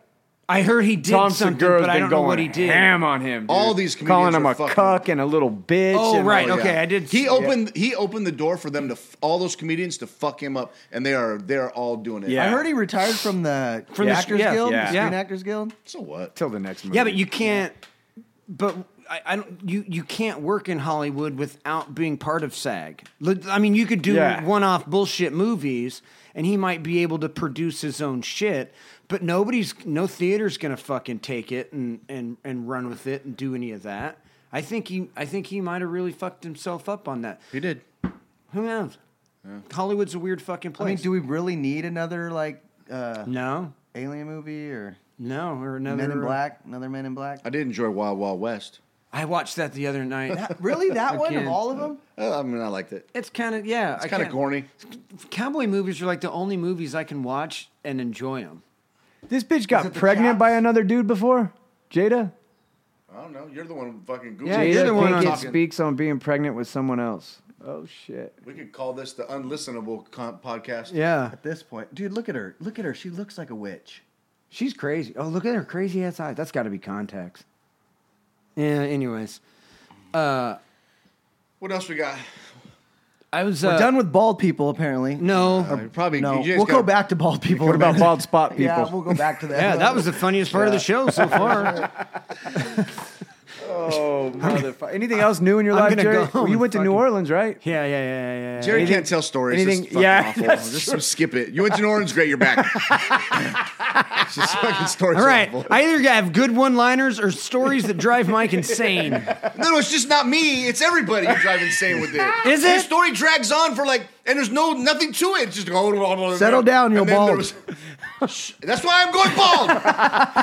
I heard he did
Tom
something,
Segura's
but I
been
don't know
going
what he did.
ham on him. dude.
All these comedians
calling him
are
a
fucking-
cuck and a little bitch.
Oh,
and-
right,
Oh, yeah.
Okay, I did
He
see-
opened he opened the door for them to f- all those comedians to fuck him up, and they are they're all doing it.
Yeah.
I heard he retired from the
From the-
Actors
yeah,
Guild,
yeah.
the Screen
Yeah.
Actors Guild.
So what?
Till the next movie.
Yeah, but you can't. But I, I don't. You you can't work in Hollywood without being part of SAG. Look, I mean, you could do
Yeah.
one-off bullshit movies, and he might be able to produce his own shit. But nobody's, no theater's gonna fucking take it and and and run with it and do any of that. I think he, I think he might have really fucked himself up on that.
He did.
Who knows? Hollywood's a weird fucking
I mean,
place.
do we really need another like uh,
no,
Alien movie or
no, or another
Men in Black? Another Men
[LAUGHS]
in Black?
I did enjoy Wild Wild West.
I watched that the other
[LAUGHS]
night.
really, that one of
Again.
all of them?
Uh, I mean, I liked it.
It's kind of yeah.
It's kind of corny.
Cowboy movies are like the only movies I can watch and enjoy them.
this bitch
Is
got
it the
pregnant
chops?
by another dude before. Jada.
I don't know. You're the one fucking goofy.
Yeah,
Jada
you're the one
Pinkett
on-
speaks on being pregnant with someone else. Oh shit.
We could call this the unlistenable con- podcast.
Yeah,
At this point, dude, look at her. Look at her. She looks like a witch.
she's crazy. Oh, look at her crazy ass eyes. That's got to be contacts. Yeah. Anyways,
What else we got?
I was
We're
uh,
done with bald people, apparently.
No.
Uh, probably
no.
you just
We'll
gotta-
go back to bald people.
What
in a
about
minute. [LAUGHS]
bald spot [LAUGHS] people?
Yeah, we'll go back to that.
Yeah, that was the funniest part of the show so [LAUGHS] far.
[LAUGHS] oh motherfucker. Anything else new in your
I'm
life,
gonna
Jerry?
go home
Well, you
and
went to New
fucking-
Orleans, [LAUGHS] right?
Yeah, yeah, yeah, yeah.
Jerry
yeah.
can't tell stories.
anything-
it's fucking
yeah,
awful.
that's
Just skip it. You went to New Orleans, great. You're back. It's just fucking stories.
All right,
Awful.
I either have good one-liners or stories that drive Mike [LAUGHS] insane.
no, no, it's just not me. It's everybody you drive insane with it.
Is
Your
it?
story drags on for like, and there's no nothing to it. It's just go.
Settle down, you're bald.
that's why I'm going bald.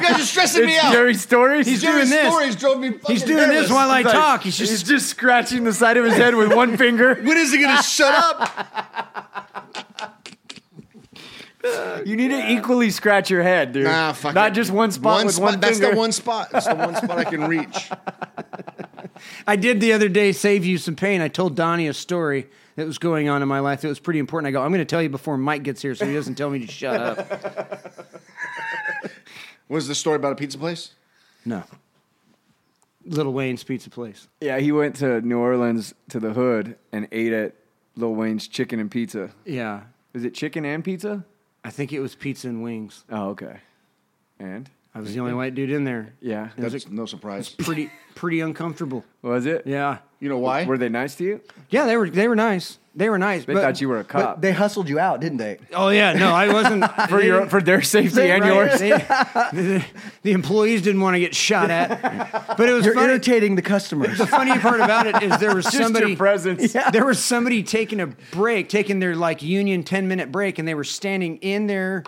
you guys are stressing me
It's
out.
Jerry's stories.
He's
Jerry's
doing this.
stories drove me. Fucking
He's doing this
nervous.
while I
He's like-
talk. He's just
he's just scratching the side of his head with [LAUGHS] one finger.
[LAUGHS] When is he gonna shut up?
You need to equally scratch your head, dude.
Nah, fuck
Not
it.
just one spot
One
with
spot.
one
that's
finger.
the one spot. That's the one spot I can reach.
I did the other day save you some pain. I told Donnie a story that was going on in my life that was pretty important. I go, I'm going to tell you before Mike gets here so he doesn't tell me to
[LAUGHS]
shut up.
Was the story about a pizza place?
No. Little Wayne's Pizza Place.
Yeah, he went to New Orleans to the hood and ate at Lil Wayne's chicken and pizza.
Yeah.
Is it chicken and pizza?
I think it was pizza and wings.
Oh, okay. And
I was the only white dude in there.
Yeah.
It was
That's no surprise.
pretty pretty uncomfortable.
Was it?
Yeah.
You know why?
Were they nice to you?
Yeah, they were they were nice. They were nice.
They
but,
thought you were a cop.
[LAUGHS] But they hustled you out, didn't they?
Oh yeah, no, I wasn't
[LAUGHS] for your for their safety and
Right.
yours.
They- [LAUGHS] the, the employees didn't want to get shot at, but it was
You're
funny.
irritating the customers.
the funny part about it is there was
[LAUGHS] Just
somebody
your [LAUGHS] presence.
there was somebody taking a break, taking their like union ten minute break, and they were standing in their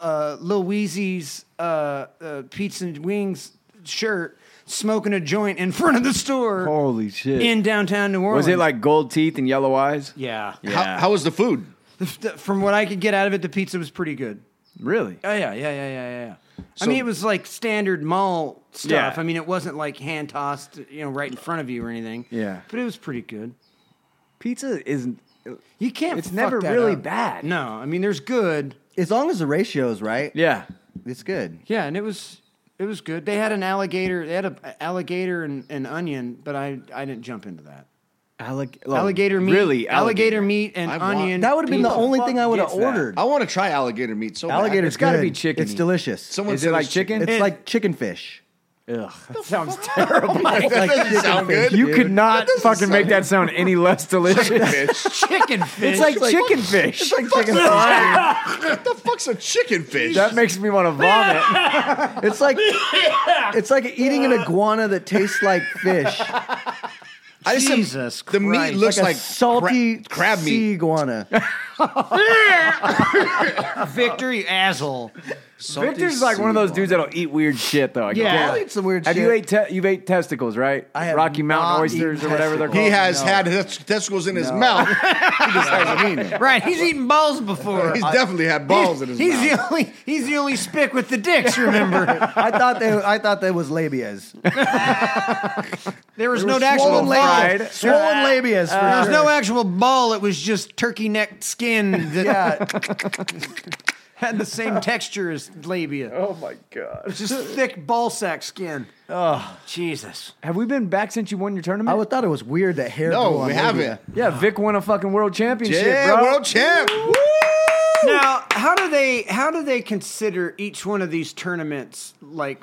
uh, Lil Weezy's uh, uh, pizza and wings shirt, smoking a joint in front of the store
Holy shit.
in downtown New Orleans.
was it like gold teeth and yellow eyes?
yeah?
How, how was the food?
The- the- from what I could get out of it, the pizza was pretty good.
Really?
Oh yeah, yeah, yeah, yeah, yeah. yeah. I
So-
mean, it was like standard mall stuff.
Yeah.
I mean, it wasn't like hand tossed, you know, right in front of you or anything.
Yeah.
but it was pretty good.
Pizza isn't.
You can't.
It's
fuck
never
that
really
up.
bad.
No, I mean, there's good.
as long as the ratio's right,
Yeah.
it's good.
Yeah, and it was it was good. They had an alligator. They had a alligator and, and onion, but I I didn't jump into that.
Allig-
Oh,
Alligator meat,
Really?
alligator, meat and
I want-
onion.
That would have been the
pizza.
only
fuck
thing I would have
gets that?
ordered.
I want to try alligator meat. So bad. [LAUGHS]
Alligator's
It's gotta
good.
be chickeny.
It's delicious.
Someone
Is
said
it like
was
chicken?
it's
It-
like chicken fish.
Ugh, that sounds terrible.
That doesn't sound good.
You could not
doesn't
fucking make
sound-
that sound any [LAUGHS] less delicious.
[LAUGHS] Bitch.
chicken fish.
It's like
like-
chicken [LAUGHS] fish.
It's like chicken fish.
what the fuck's a chicken fish?
that makes me want to vomit.
It's like it's like eating an iguana that tastes like fish.
I just-
Jesus
The meat
Christ. [LAUGHS]
looks
a
like,
salty
cra- crab
sea
meat.
iguana.
Victor, you asshole.
Victor's like one of those dudes that'll eat weird shit though. I
Yeah.
guess.
I'll eat some weird
Have
shit.
you ate? Te- you've ate testicles, right?
I have
Rocky
not
Mountain oysters
eaten
or whatever they're
He
called.
has had his testicles in his
[LAUGHS]
mouth. he just hasn't eaten it.
Right, he's eaten balls before.
He's definitely had balls in his
he's
mouth.
the only he's the only spick with the dicks. Remember,
[LAUGHS]
[LAUGHS]
I thought they I thought that
[LAUGHS]
was labias.
there was no
Swollen
actual
labia.
ball.
fried. Uh,
labias. Swollen labias for
There was
sure.
no actual ball. It was just turkey neck skin that
yeah.
[LAUGHS] had the same texture as labia.
Oh my god.
Just thick ball sack skin. Oh Jesus!
Have we been back since you won your tournament?
I would thought it was weird that hair. grew
No,
on
we
labia.
haven't.
yeah, Vic won a fucking world championship,
Yeah,
bro.
world champ.
Now, how do they how do they consider each one of these tournaments like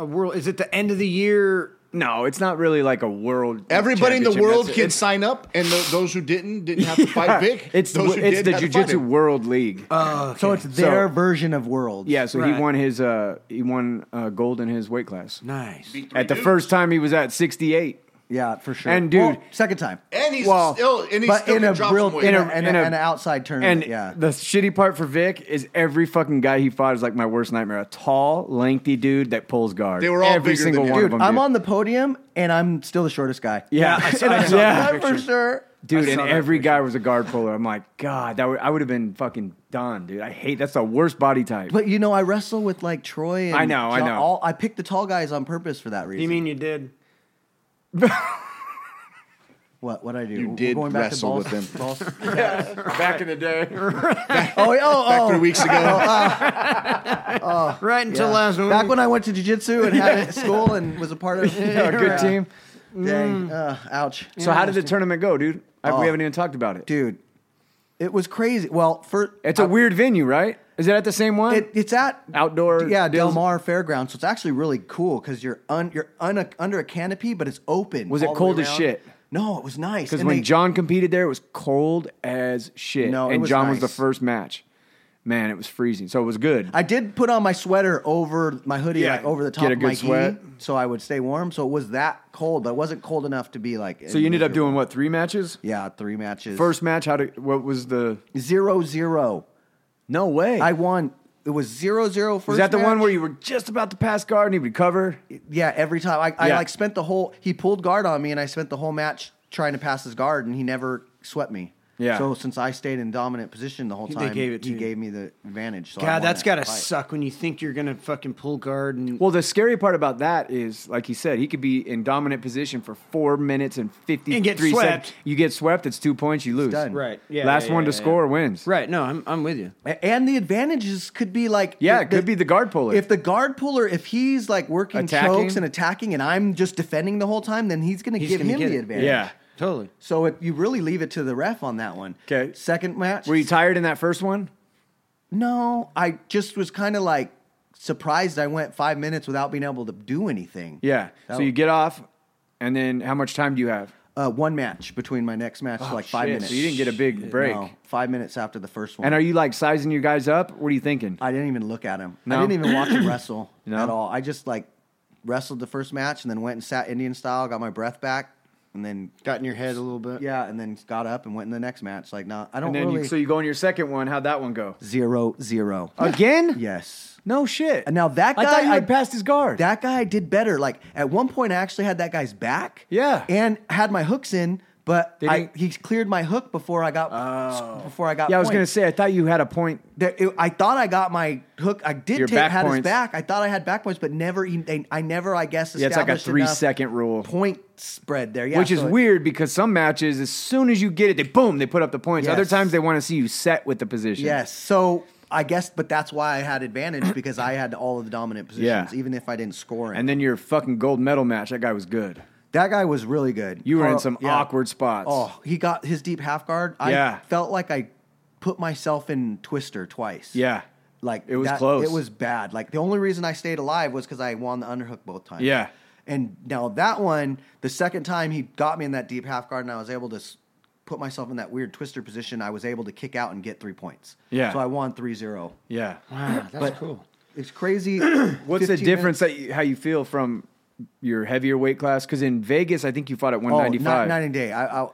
a world? Is it the end of the year?
no, it's not really like a world.
Everybody in the
championship.
world
That's-
can
it's-
sign up, and tho- those who didn't didn't have
[LAUGHS]
to fight Vic.
It's
those who
it's
did
the
had to fight
jujitsu
him.
world league.
So it's their
So-
version of world.
yeah, so
Uh, right.
he won his uh he won uh, gold in his weight class.
Nice.
At the first time he was at 68
Yeah, for sure.
And dude-
second time.
and he's
Well,
still and he's
but
still
in a
can drop
real
some weight.
in,
In
a,
a-
in,
in
a,
a-
an outside tournament.
and
yeah.
the shitty part for Vic is every fucking guy he fought is like my worst nightmare. A tall, lengthy dude that pulls guard.
They were all
every
bigger
single
than
one
him.
of them.
I'm
dude.
on the podium and I'm still the shortest guy.
Yeah,
I
[LAUGHS]
saw-
And
I
I'm-
saw
yeah.
That for sure.
dude.
I
And
saw that
every guy was a guard puller. I'm like, God, that would, I would have been fucking done, dude. I hate that's the worst body type.
But you know, I wrestle with like Troy. And
I know, I
John-
know.
All, I picked the tall guys on purpose for that reason.
You mean you did?
what? What I do?
You
We're
did
going back to
wrestle with
balls-
them.
[LAUGHS] balls-
[LAUGHS] back in the day,
[LAUGHS] oh, oh, uh,
Back three weeks ago,
Right
oh.
until last
Yeah.
week.
Back when I went to jujitsu and had
[LAUGHS]
it at school and was a part of.
a good team. Mm.
Dang. Uh, ouch.
So how did the tournament go, dude? I- We haven't even talked about it.
Oh. dude, it was crazy. Well, for
It's a
I-
weird venue, right? Is it at the same one?
It, it's at
Outdoor
yeah, Del
deals?
Mar Fairground. So it's actually really cool because you're un, you're un, under a canopy, but it's open.
Was it
all the
cold
way
as
around.
shit?
No, it was nice.
Because
And
when
they-
John competed there, it was cold as shit.
No, it
and
was
John was the
nice.
first match. Man, it was freezing, so it was good.
I did put on my sweater over my hoodie,
Yeah,
like over the top
get a
of
good
my
sweat.
gi, so I would stay warm. So it was that cold, but it wasn't cold enough to be like.
so you ended up doing what? Three matches.
yeah, three matches.
First match, how did? What was the?
zero zero.
No way.
I won. It was zero zero first.
was that the
match.
one where you were just about to pass guard and he would cover?
Yeah, every time I, I
Yeah.
like spent the whole he pulled guard on me, and I spent the whole match trying to pass his guard, and he never swept me.
Yeah.
So since I stayed in dominant position the whole
They
time,
gave it to
he
you.
gave me the advantage. So I
God,
won
that's
that
gotta
fight.
suck when you think you're gonna fucking pull guard and
Well, the scary part about that is, like he said, he could be in dominant position for four minutes and fifty
And get swept.
seconds. You get swept, it's two points, you lose.
done.
Right. Yeah,
Last
yeah,
one
yeah,
to score wins.
Right. No, I'm I'm with you.
A- And the advantages could be like
Yeah, it could be the guard puller.
If the guard puller, if he's like working
Attacking.
chokes and attacking, and I'm just defending the whole time, then he's going to
He's
give
gonna
him
get
the
it.
advantage.
Totally.
So it, you really leave it to the ref on that one.
'Kay.
Second match.
Were you tired in that first one?
no, I just was kind of like surprised I went five minutes without being able to do anything.
Yeah. so
That-
you get off, and then how much time do you have?
Uh, one match between my next match, like five
Oh, shit,
minutes.
so you didn't get a big
Shit,
break.
no, five minutes after the first one.
And are you like sizing your guys up? What are you thinking?
I didn't even look at him.
No?
I didn't even watch him wrestle
[CLEARS THROAT] No?
at all. I just like wrestled the first match and then went and sat Indian style, got my breath back, and then
Got in your head a little bit.
yeah, and then got up and went in the next match. Like, no, I don't
and then
really
you, so you go on your second one. How'd that one
[LAUGHS]
go?
zero zero.
Again?
yes.
No shit.
And now that
I
guy-
thought you had
I-
passed his guard.
That guy did better. Like at one point, I actually had that guy's back.
Yeah.
and had my hooks in, but
They
I,
didn't-
he cleared my hook before I got before I
Oh.
got.
yeah, I was
points.
gonna say I thought you had a point.
There, it, I thought I got my hook. I did
Your
take
back
had his
points.
back. I thought I had back points, but never. e- They, I never. I guess
Yeah, it's like a
established
three
enough
second rule.
point spread there. Yeah,
Which is
so it-
weird because some matches, as soon as you get it, they boom, they put up the points. Other
Yes.
times they want to see you set with the position.
Yes, so I guess, but that's why I had advantage because I had all of the dominant positions,
Yeah.
even if I didn't score.
And then your fucking gold medal match, that guy was good.
that guy was really good.
You were in
Carl-
some
Oh, yeah.
awkward spots.
Oh, he got his deep half guard. I
Yeah.
felt like I put myself in twister twice.
Yeah.
Like
It was
that-
close.
It was bad. Like the only reason I stayed alive was because I won the underhook both times.
Yeah.
And now that one, the second time he got me in that deep half guard, and I was able to s- put myself in that weird twister position. I was able to kick out and get three points.
Yeah.
So I won 3-0.
Yeah.
Wow, Ah, that's cool.
It's
[CLEARS THROAT]
crazy.
What's the
15 minutes-
difference that you, how you feel from your heavier weight class? Because in Vegas, I think you fought at 195.
Oh, not 90 day. I, I,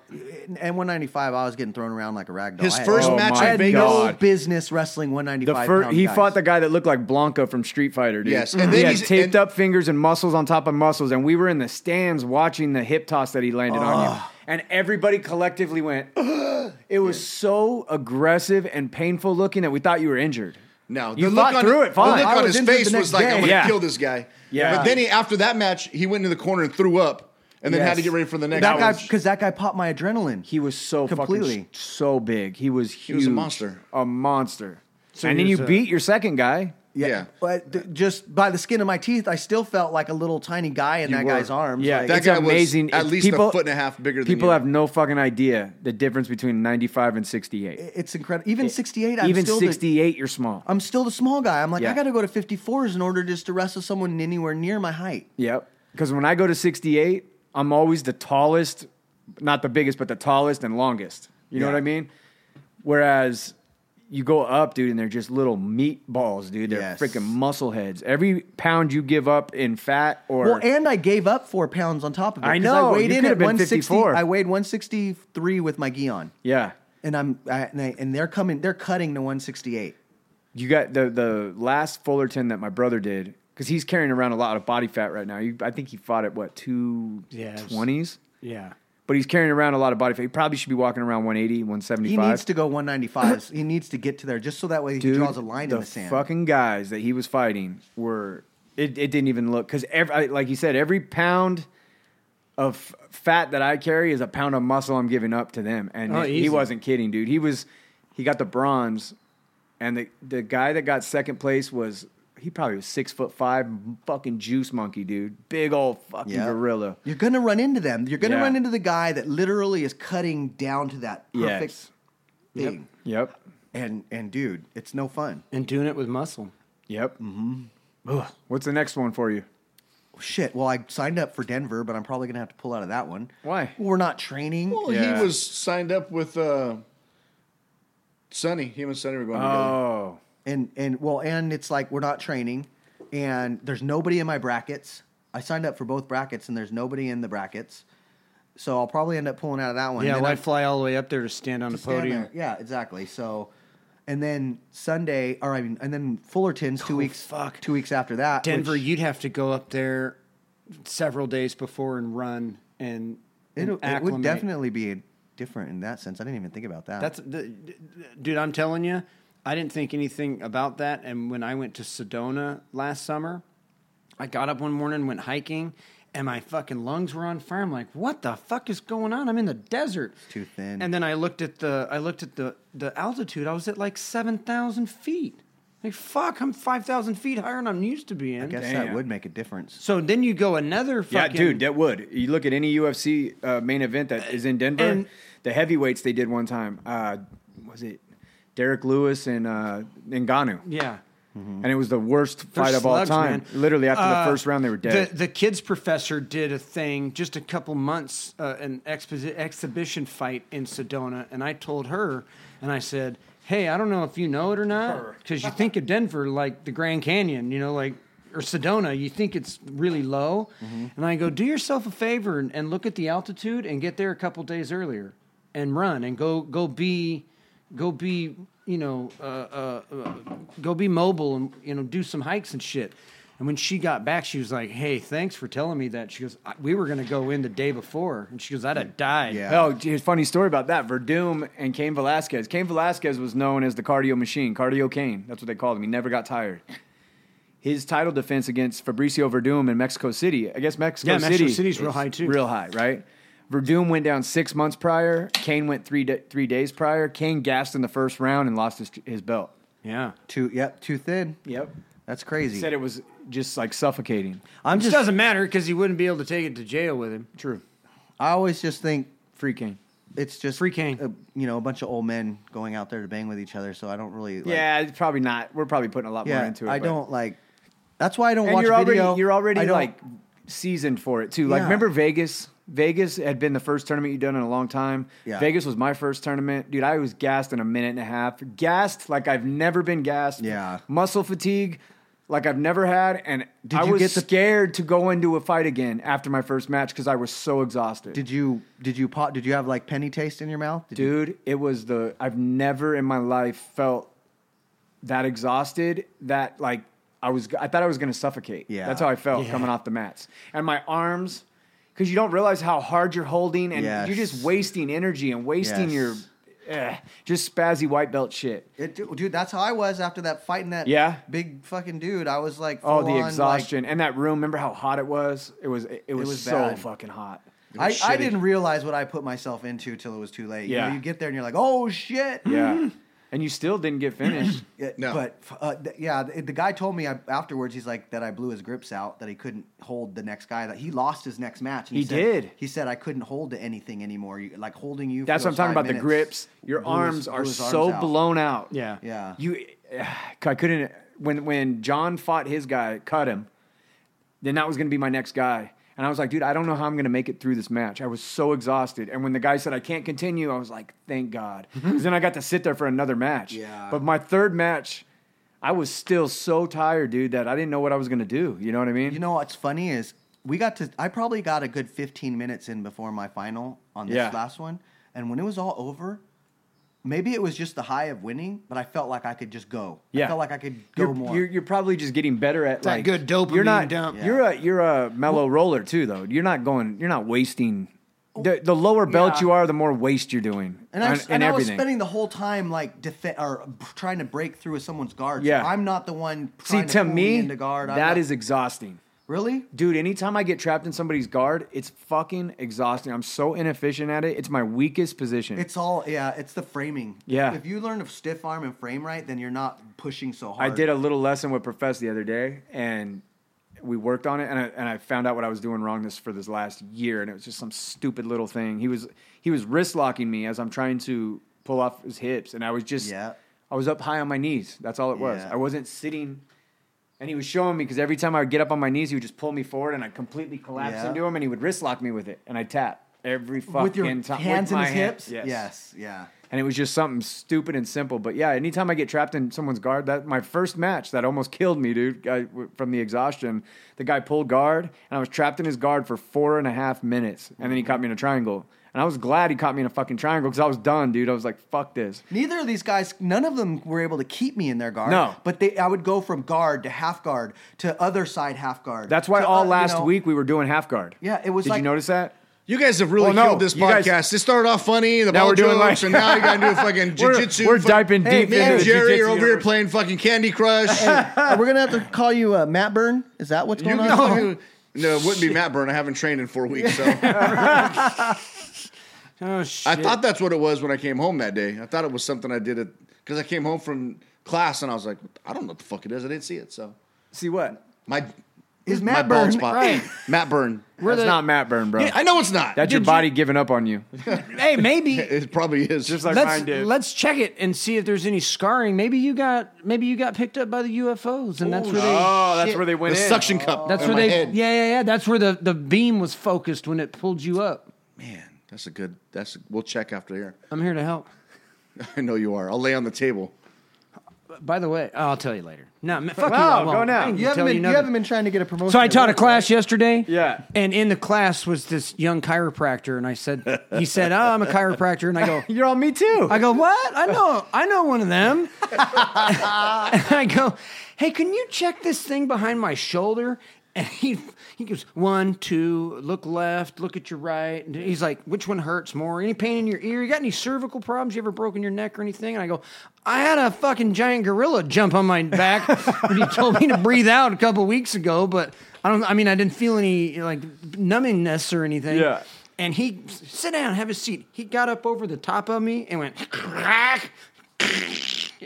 and 195, I was getting thrown around like a rag doll.
His
I had
first
Oh
match
my
I
in
had
Vegas.
no
God.
business wrestling
the
195
fir-
pound
he
guys.
fought the guy that looked like Blanca from Street Fighter, dude.
Yes, and
he
then
had
he's-
taped
and-
up fingers and muscles on top of muscles, and we were in the stands watching the hip toss that he landed on
Ah.
you. And everybody collectively
[GASPS]
went, "Ugh." it was so aggressive and painful looking that we thought you were injured.
No,
you fought
on,
through it fine.
The
I
look on
was
his
injured
face
the
was like,
next
"I'm
day."
gonna
Yeah.
kill this guy."
Yeah.
But then he, after that match, he went into the corner and threw up, and then had to
Yes.
get ready for the next.
that guy
one.
because that guy popped my adrenaline.
He was so
Completely.
fucking sh- so big. He was huge.
was a monster.
A monster.
So
and then
he
you
was a-
beat your second guy.
yeah.
but th- just by the skin of my teeth, I still felt like a little tiny guy in that
were.
guy's arms.
Yeah,
like,
that
It's
guy
amazing.
was at
It-
least
people-
a foot and a half bigger than
People
you.
have no fucking idea the difference between 95 and 68.
it's incredible. Even 68, I'm
E-, Even
still Uh,
68, you're small.
The, I'm still the small guy. I'm like,
Yeah.
I got to go to 54s in order just to wrestle someone anywhere near my height.
Yep. Because when I go to 68, I'm always the tallest, not the biggest, but the tallest and longest. You know
Yeah.
what I mean? Whereas you go up, dude, and they're just little meatballs, dude. They're
Yes.
freaking muscle heads. Every pound you give up in fat or
Well, and I gave up four pounds on top of it.
I
'cause
know,
I weighed
you
in
could
at
have been
160.
54.
I weighed 163 with my gi on,
yeah,
and I'm I, and, I, and they're coming. They're cutting to 168.
you got the the last Fullerton that my brother did because he's carrying around a lot of body fat right now. You, I think he fought at what two
Yes.
twenties.
Yeah.
But he's carrying around a lot of body fat. He probably should be walking around 180, 175.
He needs to go 195. he needs to get to there just so that way he
Dude,
draws a line in the sand.
Fucking guys that he was fighting were it, it didn't even look because every I- like you said every pound of f- fat that I carry is a pound of muscle I'm giving up to them, and
Oh,
he, he
easy.
wasn't kidding, dude. He was he got the bronze, and the the guy that got second place was. He probably was six foot five, fucking juice monkey, dude. Big old fucking
Yeah.
gorilla.
You're gonna run into them. You're gonna
Yeah.
run into the guy that literally is cutting down to that perfect
Yes.
thing.
Yep.
And and dude, it's no fun.
And doing it with muscle.
Yep. Mm-hmm. What's the next one for you?
Shit. Well, I signed up for Denver, but I'm probably gonna have to pull out of that one.
Why?
Well, we're not training.
Well,
Yeah.
he was signed up with uh, Sonny. Him and Sonny were going together.
Oh,
and and well and it's like we're not training and there's nobody in my brackets i signed up for both brackets and there's nobody in the brackets so i'll probably end up pulling out of that one
Yeah,
Then
why
I'm
fly all the way up there to stand on the
stand
podium?
there. yeah exactly so and then sunday or i mean and then fullerton's
Oh,
two weeks
fuck.
two weeks after that
Denver,
which-
you'd have to go up there several days before and run and, and
it'll- it would
acclimate.
definitely be different in that sense i didn't even think about that
That's the, dude. I'm telling you, I didn't think anything about that. And when I went to Sedona last summer, I got up one morning, went hiking, and my fucking lungs were on fire. I'm like, what the fuck is going on? I'm in the desert.
too thin.
And then I looked at the I looked at the the altitude. I was at like seven thousand feet. Like fuck, I'm five thousand feet higher than I'm used to being.
i guess
Damn.
that would make a difference
So then you go another
Yeah,
fucking
dude, that would. You look at any UFC uh, main event that is in Denver,
and-
the heavyweights they did one time. Uh, was it Derek Lewis and uh, Ngannou?
yeah.
and it was the worst
They're
fight of all
slugs,
time.
man.
Literally after
Uh,
the first round, they were dead.
The, the kids professor did a thing just a couple months, uh, an exposi- exhibition fight in Sedona, and I told her, and I said, "Hey, I don't know if you know it or not, because you think of Denver like the Grand Canyon, you know, like." Or Sedona, you think it's really low,
Mm-hmm.
and I go, do yourself a favor and, and look at the altitude and get there a couple days earlier, and run and go go be, go be you know uh, uh, uh, go be mobile and you know do some hikes and shit. And when she got back, she was like, "Hey, thanks for telling me that." She goes, I, "We were gonna go in the day before," and she goes, "I'd have died."
Yeah.
Oh, geez, funny story about that. Verdum and Cain Velasquez. Cain Velasquez was known as the cardio machine, cardio Cain. That's what they called him. He never got tired. His title defense against Fabricio Verdum in Mexico City. I guess Mexico
Yeah,
City.
Mexico City's real high, too.
Real high, right? Verdum went down six months prior. Kane went three da three days prior. Kane gassed in the first round and lost his, his belt.
yeah.
Too yep, too thin.
Yep.
That's crazy.
Said it was just like suffocating.
I'm
It
just
doesn't matter because he wouldn't be able to take it to jail with him.
True.
I always just think
Free Kane.
it's just
Free Kane.
uh, you know, a bunch of old men going out there to bang with each other. So I don't really. Like,
yeah, it's probably not. We're probably putting a lot
yeah.
more into it.
I
but-
don't like. That's why I don't
and
watch
you're already
video.
you're
I
already
don't-
like seasoned for it too. Like
Yeah.
remember Vegas? Vegas had been the first tournament you'd done in a long time.
Yeah.
Vegas was my first tournament, dude. I was gassed in a minute and a half, gassed like I've never been gassed.
Yeah.
muscle fatigue. Like I've never had, and
Did
I
you
was
get the-
scared to go into a fight again after my first match because I was so exhausted.
Did you did you pot? Did you have like penny taste in your mouth? Did you-
Dude, it was the I've never in my life felt that exhausted that like I was I thought I was going to suffocate.
Yeah.
That's how I felt
Yeah.
coming off the mats. And my arms cuz you don't realize how hard you're holding and you're
Yes.
just wasting energy and wasting
Yes.
your eh, just spazzy white belt shit.
It, dude, that's how I was after that fighting that
Yeah?
big fucking dude. I was like,
Oh,
full on,
the
like-
exhaustion and that room, remember how hot it was? It was it, it was,
was
so
bad.
fucking hot. It
I,
was
I
shitty.
didn't realize what I put myself into till it was too late. You know,
Yeah.
you get there and you're like, oh shit. [LAUGHS]
Yeah. and you still didn't get finished.
Yeah,
No.
But uh, th- yeah, the, the guy told me I, afterwards. He's like that I blew his grips out, that he couldn't hold the next guy. That he lost his next match. And
He
said-
did.
He said I couldn't hold to anything anymore. You, like holding you.
That's what
for
I'm
those
talking
five
about. The
minutes
grips, your
blew his-
arms
blew
are
his arms
so
out.
blown out.
Yeah.
Yeah.
You, [SIGHS] I couldn't. When when John fought his guy, cut him. Then that was going to be my next guy, and I was like, dude, I don't know how I'm going to make it through this match. I was so exhausted, and when the guy said I can't continue, I was like, thank God, because then I got to sit there for another match.
Yeah.
But my third match, I was still so tired, dude, that I didn't know what I was going to do. You know what I mean?
You know what's funny is we got to. I probably got a good 15 minutes in before my final on this
Yeah.
last one, and when it was all over. Maybe it was just the high of winning, but I felt like I could just go. I
Yeah.
felt like I could go
you're,
more.
You're, you're probably just getting better at
That
like
good dopamine
You're not
dump.
You're a you're a mellow roller too, though. You're not going. You're not wasting. The, the lower belt
Yeah.
you are, the more waste you're doing,
Oh, And, I,
on-
and, I was spending the whole time like defe- or b- trying to break through with someone's guard. So
Yeah.
I'm not the one.
See,
Trying
to
pull
me,
into guard. I'm
that
not-
is exhausting,
really.
dude. Anytime I get trapped in somebody's guard, it's fucking exhausting. I'm so inefficient at it. It's my weakest position.
It's all yeah. It's the framing.
Yeah.
If you learn to stiff arm and frame right, then you're not pushing so
I
hard.
did a little lesson with Profess the other day, and we worked on it, and I, and I found out what I was doing wrong this for this last year, and it was just some stupid little thing. He was he was wrist locking me as I'm trying to pull off his hips, and I was just
Yeah.
I was up high on my knees. That's all it was.
Yeah.
I wasn't sitting. And he was showing me because every time I would get up on my knees, he would just pull me forward, and I'd completely collapse
Yeah.
into him, and he would wrist lock me with it, and I tap every fucking
with your
time
hands
with
in
my
his
hand-
hips. yes. Yeah.
and it was just something stupid and simple. But yeah, anytime I get trapped in someone's guard, that my first match that almost killed me, dude, I, w- from the exhaustion. The guy pulled guard, and I was trapped in his guard for four and a half minutes, and then he caught me in a triangle. And I was glad he caught me in a fucking triangle because I was done, dude. I was like, fuck this.
Neither of these guys, none of them were able to keep me in their guard.
No.
But they, I would go from guard to half guard to other side half guard.
That's why
to, uh,
all
you
last
know- [LAUGHS]
week we were doing half guard.
Yeah, it was
Did
like-
you notice that?
You guys have really
Well, Oh, no,
killed this
you guys-
podcast. it started off funny, the
Now
ball
we're doing, like-
jokes, and now you gotta do fucking
[LAUGHS] We're-
jujitsu.
we're
fuck-
diving deep
Me and
into the
Jerry
jujitsu
are over here
universe.
playing fucking Candy Crush.
Uh, we're gonna have to call you uh, Matt Byrne. Is that what's
You
going
can
on?
fucking- no, it wouldn't be Matt Burn. I haven't trained in four weeks, so
[LAUGHS]
Oh shit!
I thought that's what it was when I came home that day. I thought it was something I did because I came home from class and I was like, I don't know what the fuck it is. I didn't see it, so
See what?
my
is
my
Matt
bald
Burns.
spot.
right.
Matt Burn.
That's
the-
not Matt Burn, bro.
Yeah, I know it's not.
That's your
Did you-
body giving up on you.
Hey, maybe
it probably is.
Just like mine
let's
did.
let's check it and see if there's any scarring. Maybe you got maybe you got picked up by the UFOs, and that's where they.
oh, that's
shit.
where they
the
went in.
suction cup.
That's
in
where
my
they.
head.
Yeah, yeah, yeah. That's where the the beam was focused when it pulled you up.
Man, that's a good. That's a, we'll check after here. [LAUGHS]
I'm here to help.
I know you are. I'll lay on the table.
By the way, I'll tell you later. No, man, fuck
No,
you. I
go
won't. I
now.
ain't gonna
You haven't,
tell
been,
you
you
nothing.
haven't been trying to get a promotion.
So I
at
taught a
work,
class yesterday.
Yeah.
And in the class was this young chiropractor, and I said, he said, oh, I'm a chiropractor, and I go,
You're on me too.
I go, what? I know, I know one of them. and [LAUGHS] I go, hey, can you check this thing behind my shoulder? And he he goes one, two, look left, look at your right. And he's like, which one hurts more? Any pain in your ear? You got any cervical problems? You ever broken your neck or anything? And I go, I had a fucking giant gorilla jump on my back. [LAUGHS] when he told me to breathe out a couple weeks ago, but I don't. I mean, I didn't feel any like numbingness or anything.
Yeah.
And he sit down, have a seat. He got up over the top of me and went [LAUGHS] crack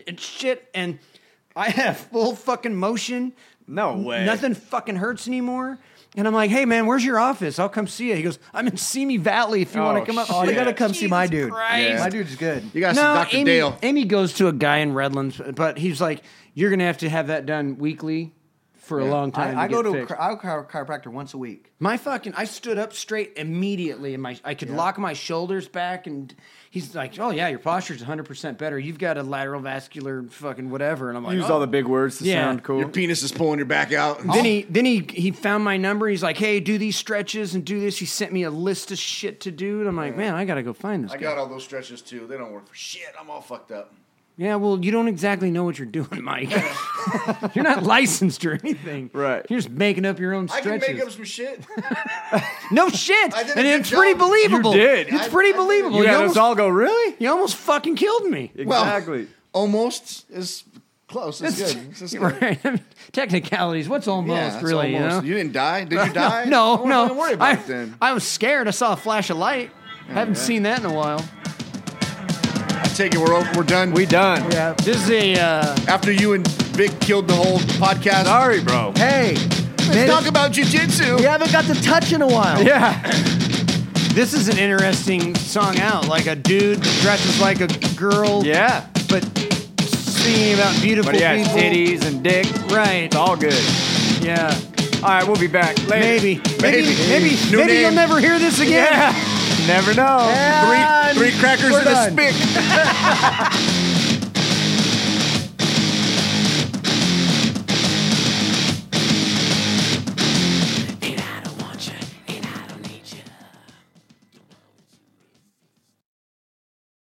and shit. And I had full fucking motion.
No way.
Nothing fucking hurts anymore. And I'm like, hey man, where's your office? I'll come see you. He goes, I'm in Simi Valley. If you
Oh,
want to come up,
shit. Oh, you gotta
come see my
Jesus
dude.
Christ.
Yeah.
My dude's good.
You guys,
No,
Doctor
Amy,
Dale.
Amy goes to a guy in Redlands, but he's like, you're gonna have to have that done weekly for a long time.
I, I
to
go
get
to a
fixed.
chi- I go to a chiropractor once a week.
My fucking, I stood up straight immediately, and my I could lock my shoulders back, and he's like, "Oh yeah, your posture's 100 percent better. You've got a lateral vascular fucking whatever." And I'm like,
Used
"Oh."
all the big words to
Yeah.
sound cool.
Your penis is pulling your back out.
Then he then he he found my number. He's like, "Hey, do these stretches and do this." He sent me a list of shit to do, and I'm like, "Man, I gotta go find this
Oh, I
guy."
got all those stretches too. They don't work for shit. I'm all fucked up.
yeah, well, you don't exactly know what you're doing, Mike. [LAUGHS] you're not licensed or anything,
Right.
You're just making up your own
I
stretches.
can make up some shit. [LAUGHS]
no shit,
I did a
and
good
it's pretty
job. You
believable.
did.
It's
I-
pretty
I did a-
believable.
you
You
had
almost-
us all go, really?
You almost fucking killed me.
Well,
Exactly.
almost is close.
[LAUGHS]
It's good. It's just good.
Right. I mean, Technicalities. What's almost
Yeah, it's
really?
almost.
You know?
didn't die.
[LAUGHS]
Did you die?
No,
I
no.
Don't worry about
I,
it then. Oh,
I was scared. I saw a flash of light. Haven't seen that in a while.
I take it. We're over, we're done.
we done.
Yeah.
This is a uh,
after you and Vic killed the whole podcast.
Sorry, bro.
Hey, man,
Talk about jujitsu.
we haven't got to touch in a while.
Yeah.
this is an interesting song out. Like a dude that dresses like a girl,
Yeah.
but singing about beautiful
But he has
people.
titties and dick.
Right.
It's all good.
Yeah.
All right, we'll be back later.
Maybe. Maybe. Maybe.
Maybe.
Maybe,
New name.
you'll never hear this again.
Yeah. Never know.
Three, three crackers
We're
and a
done.
spick.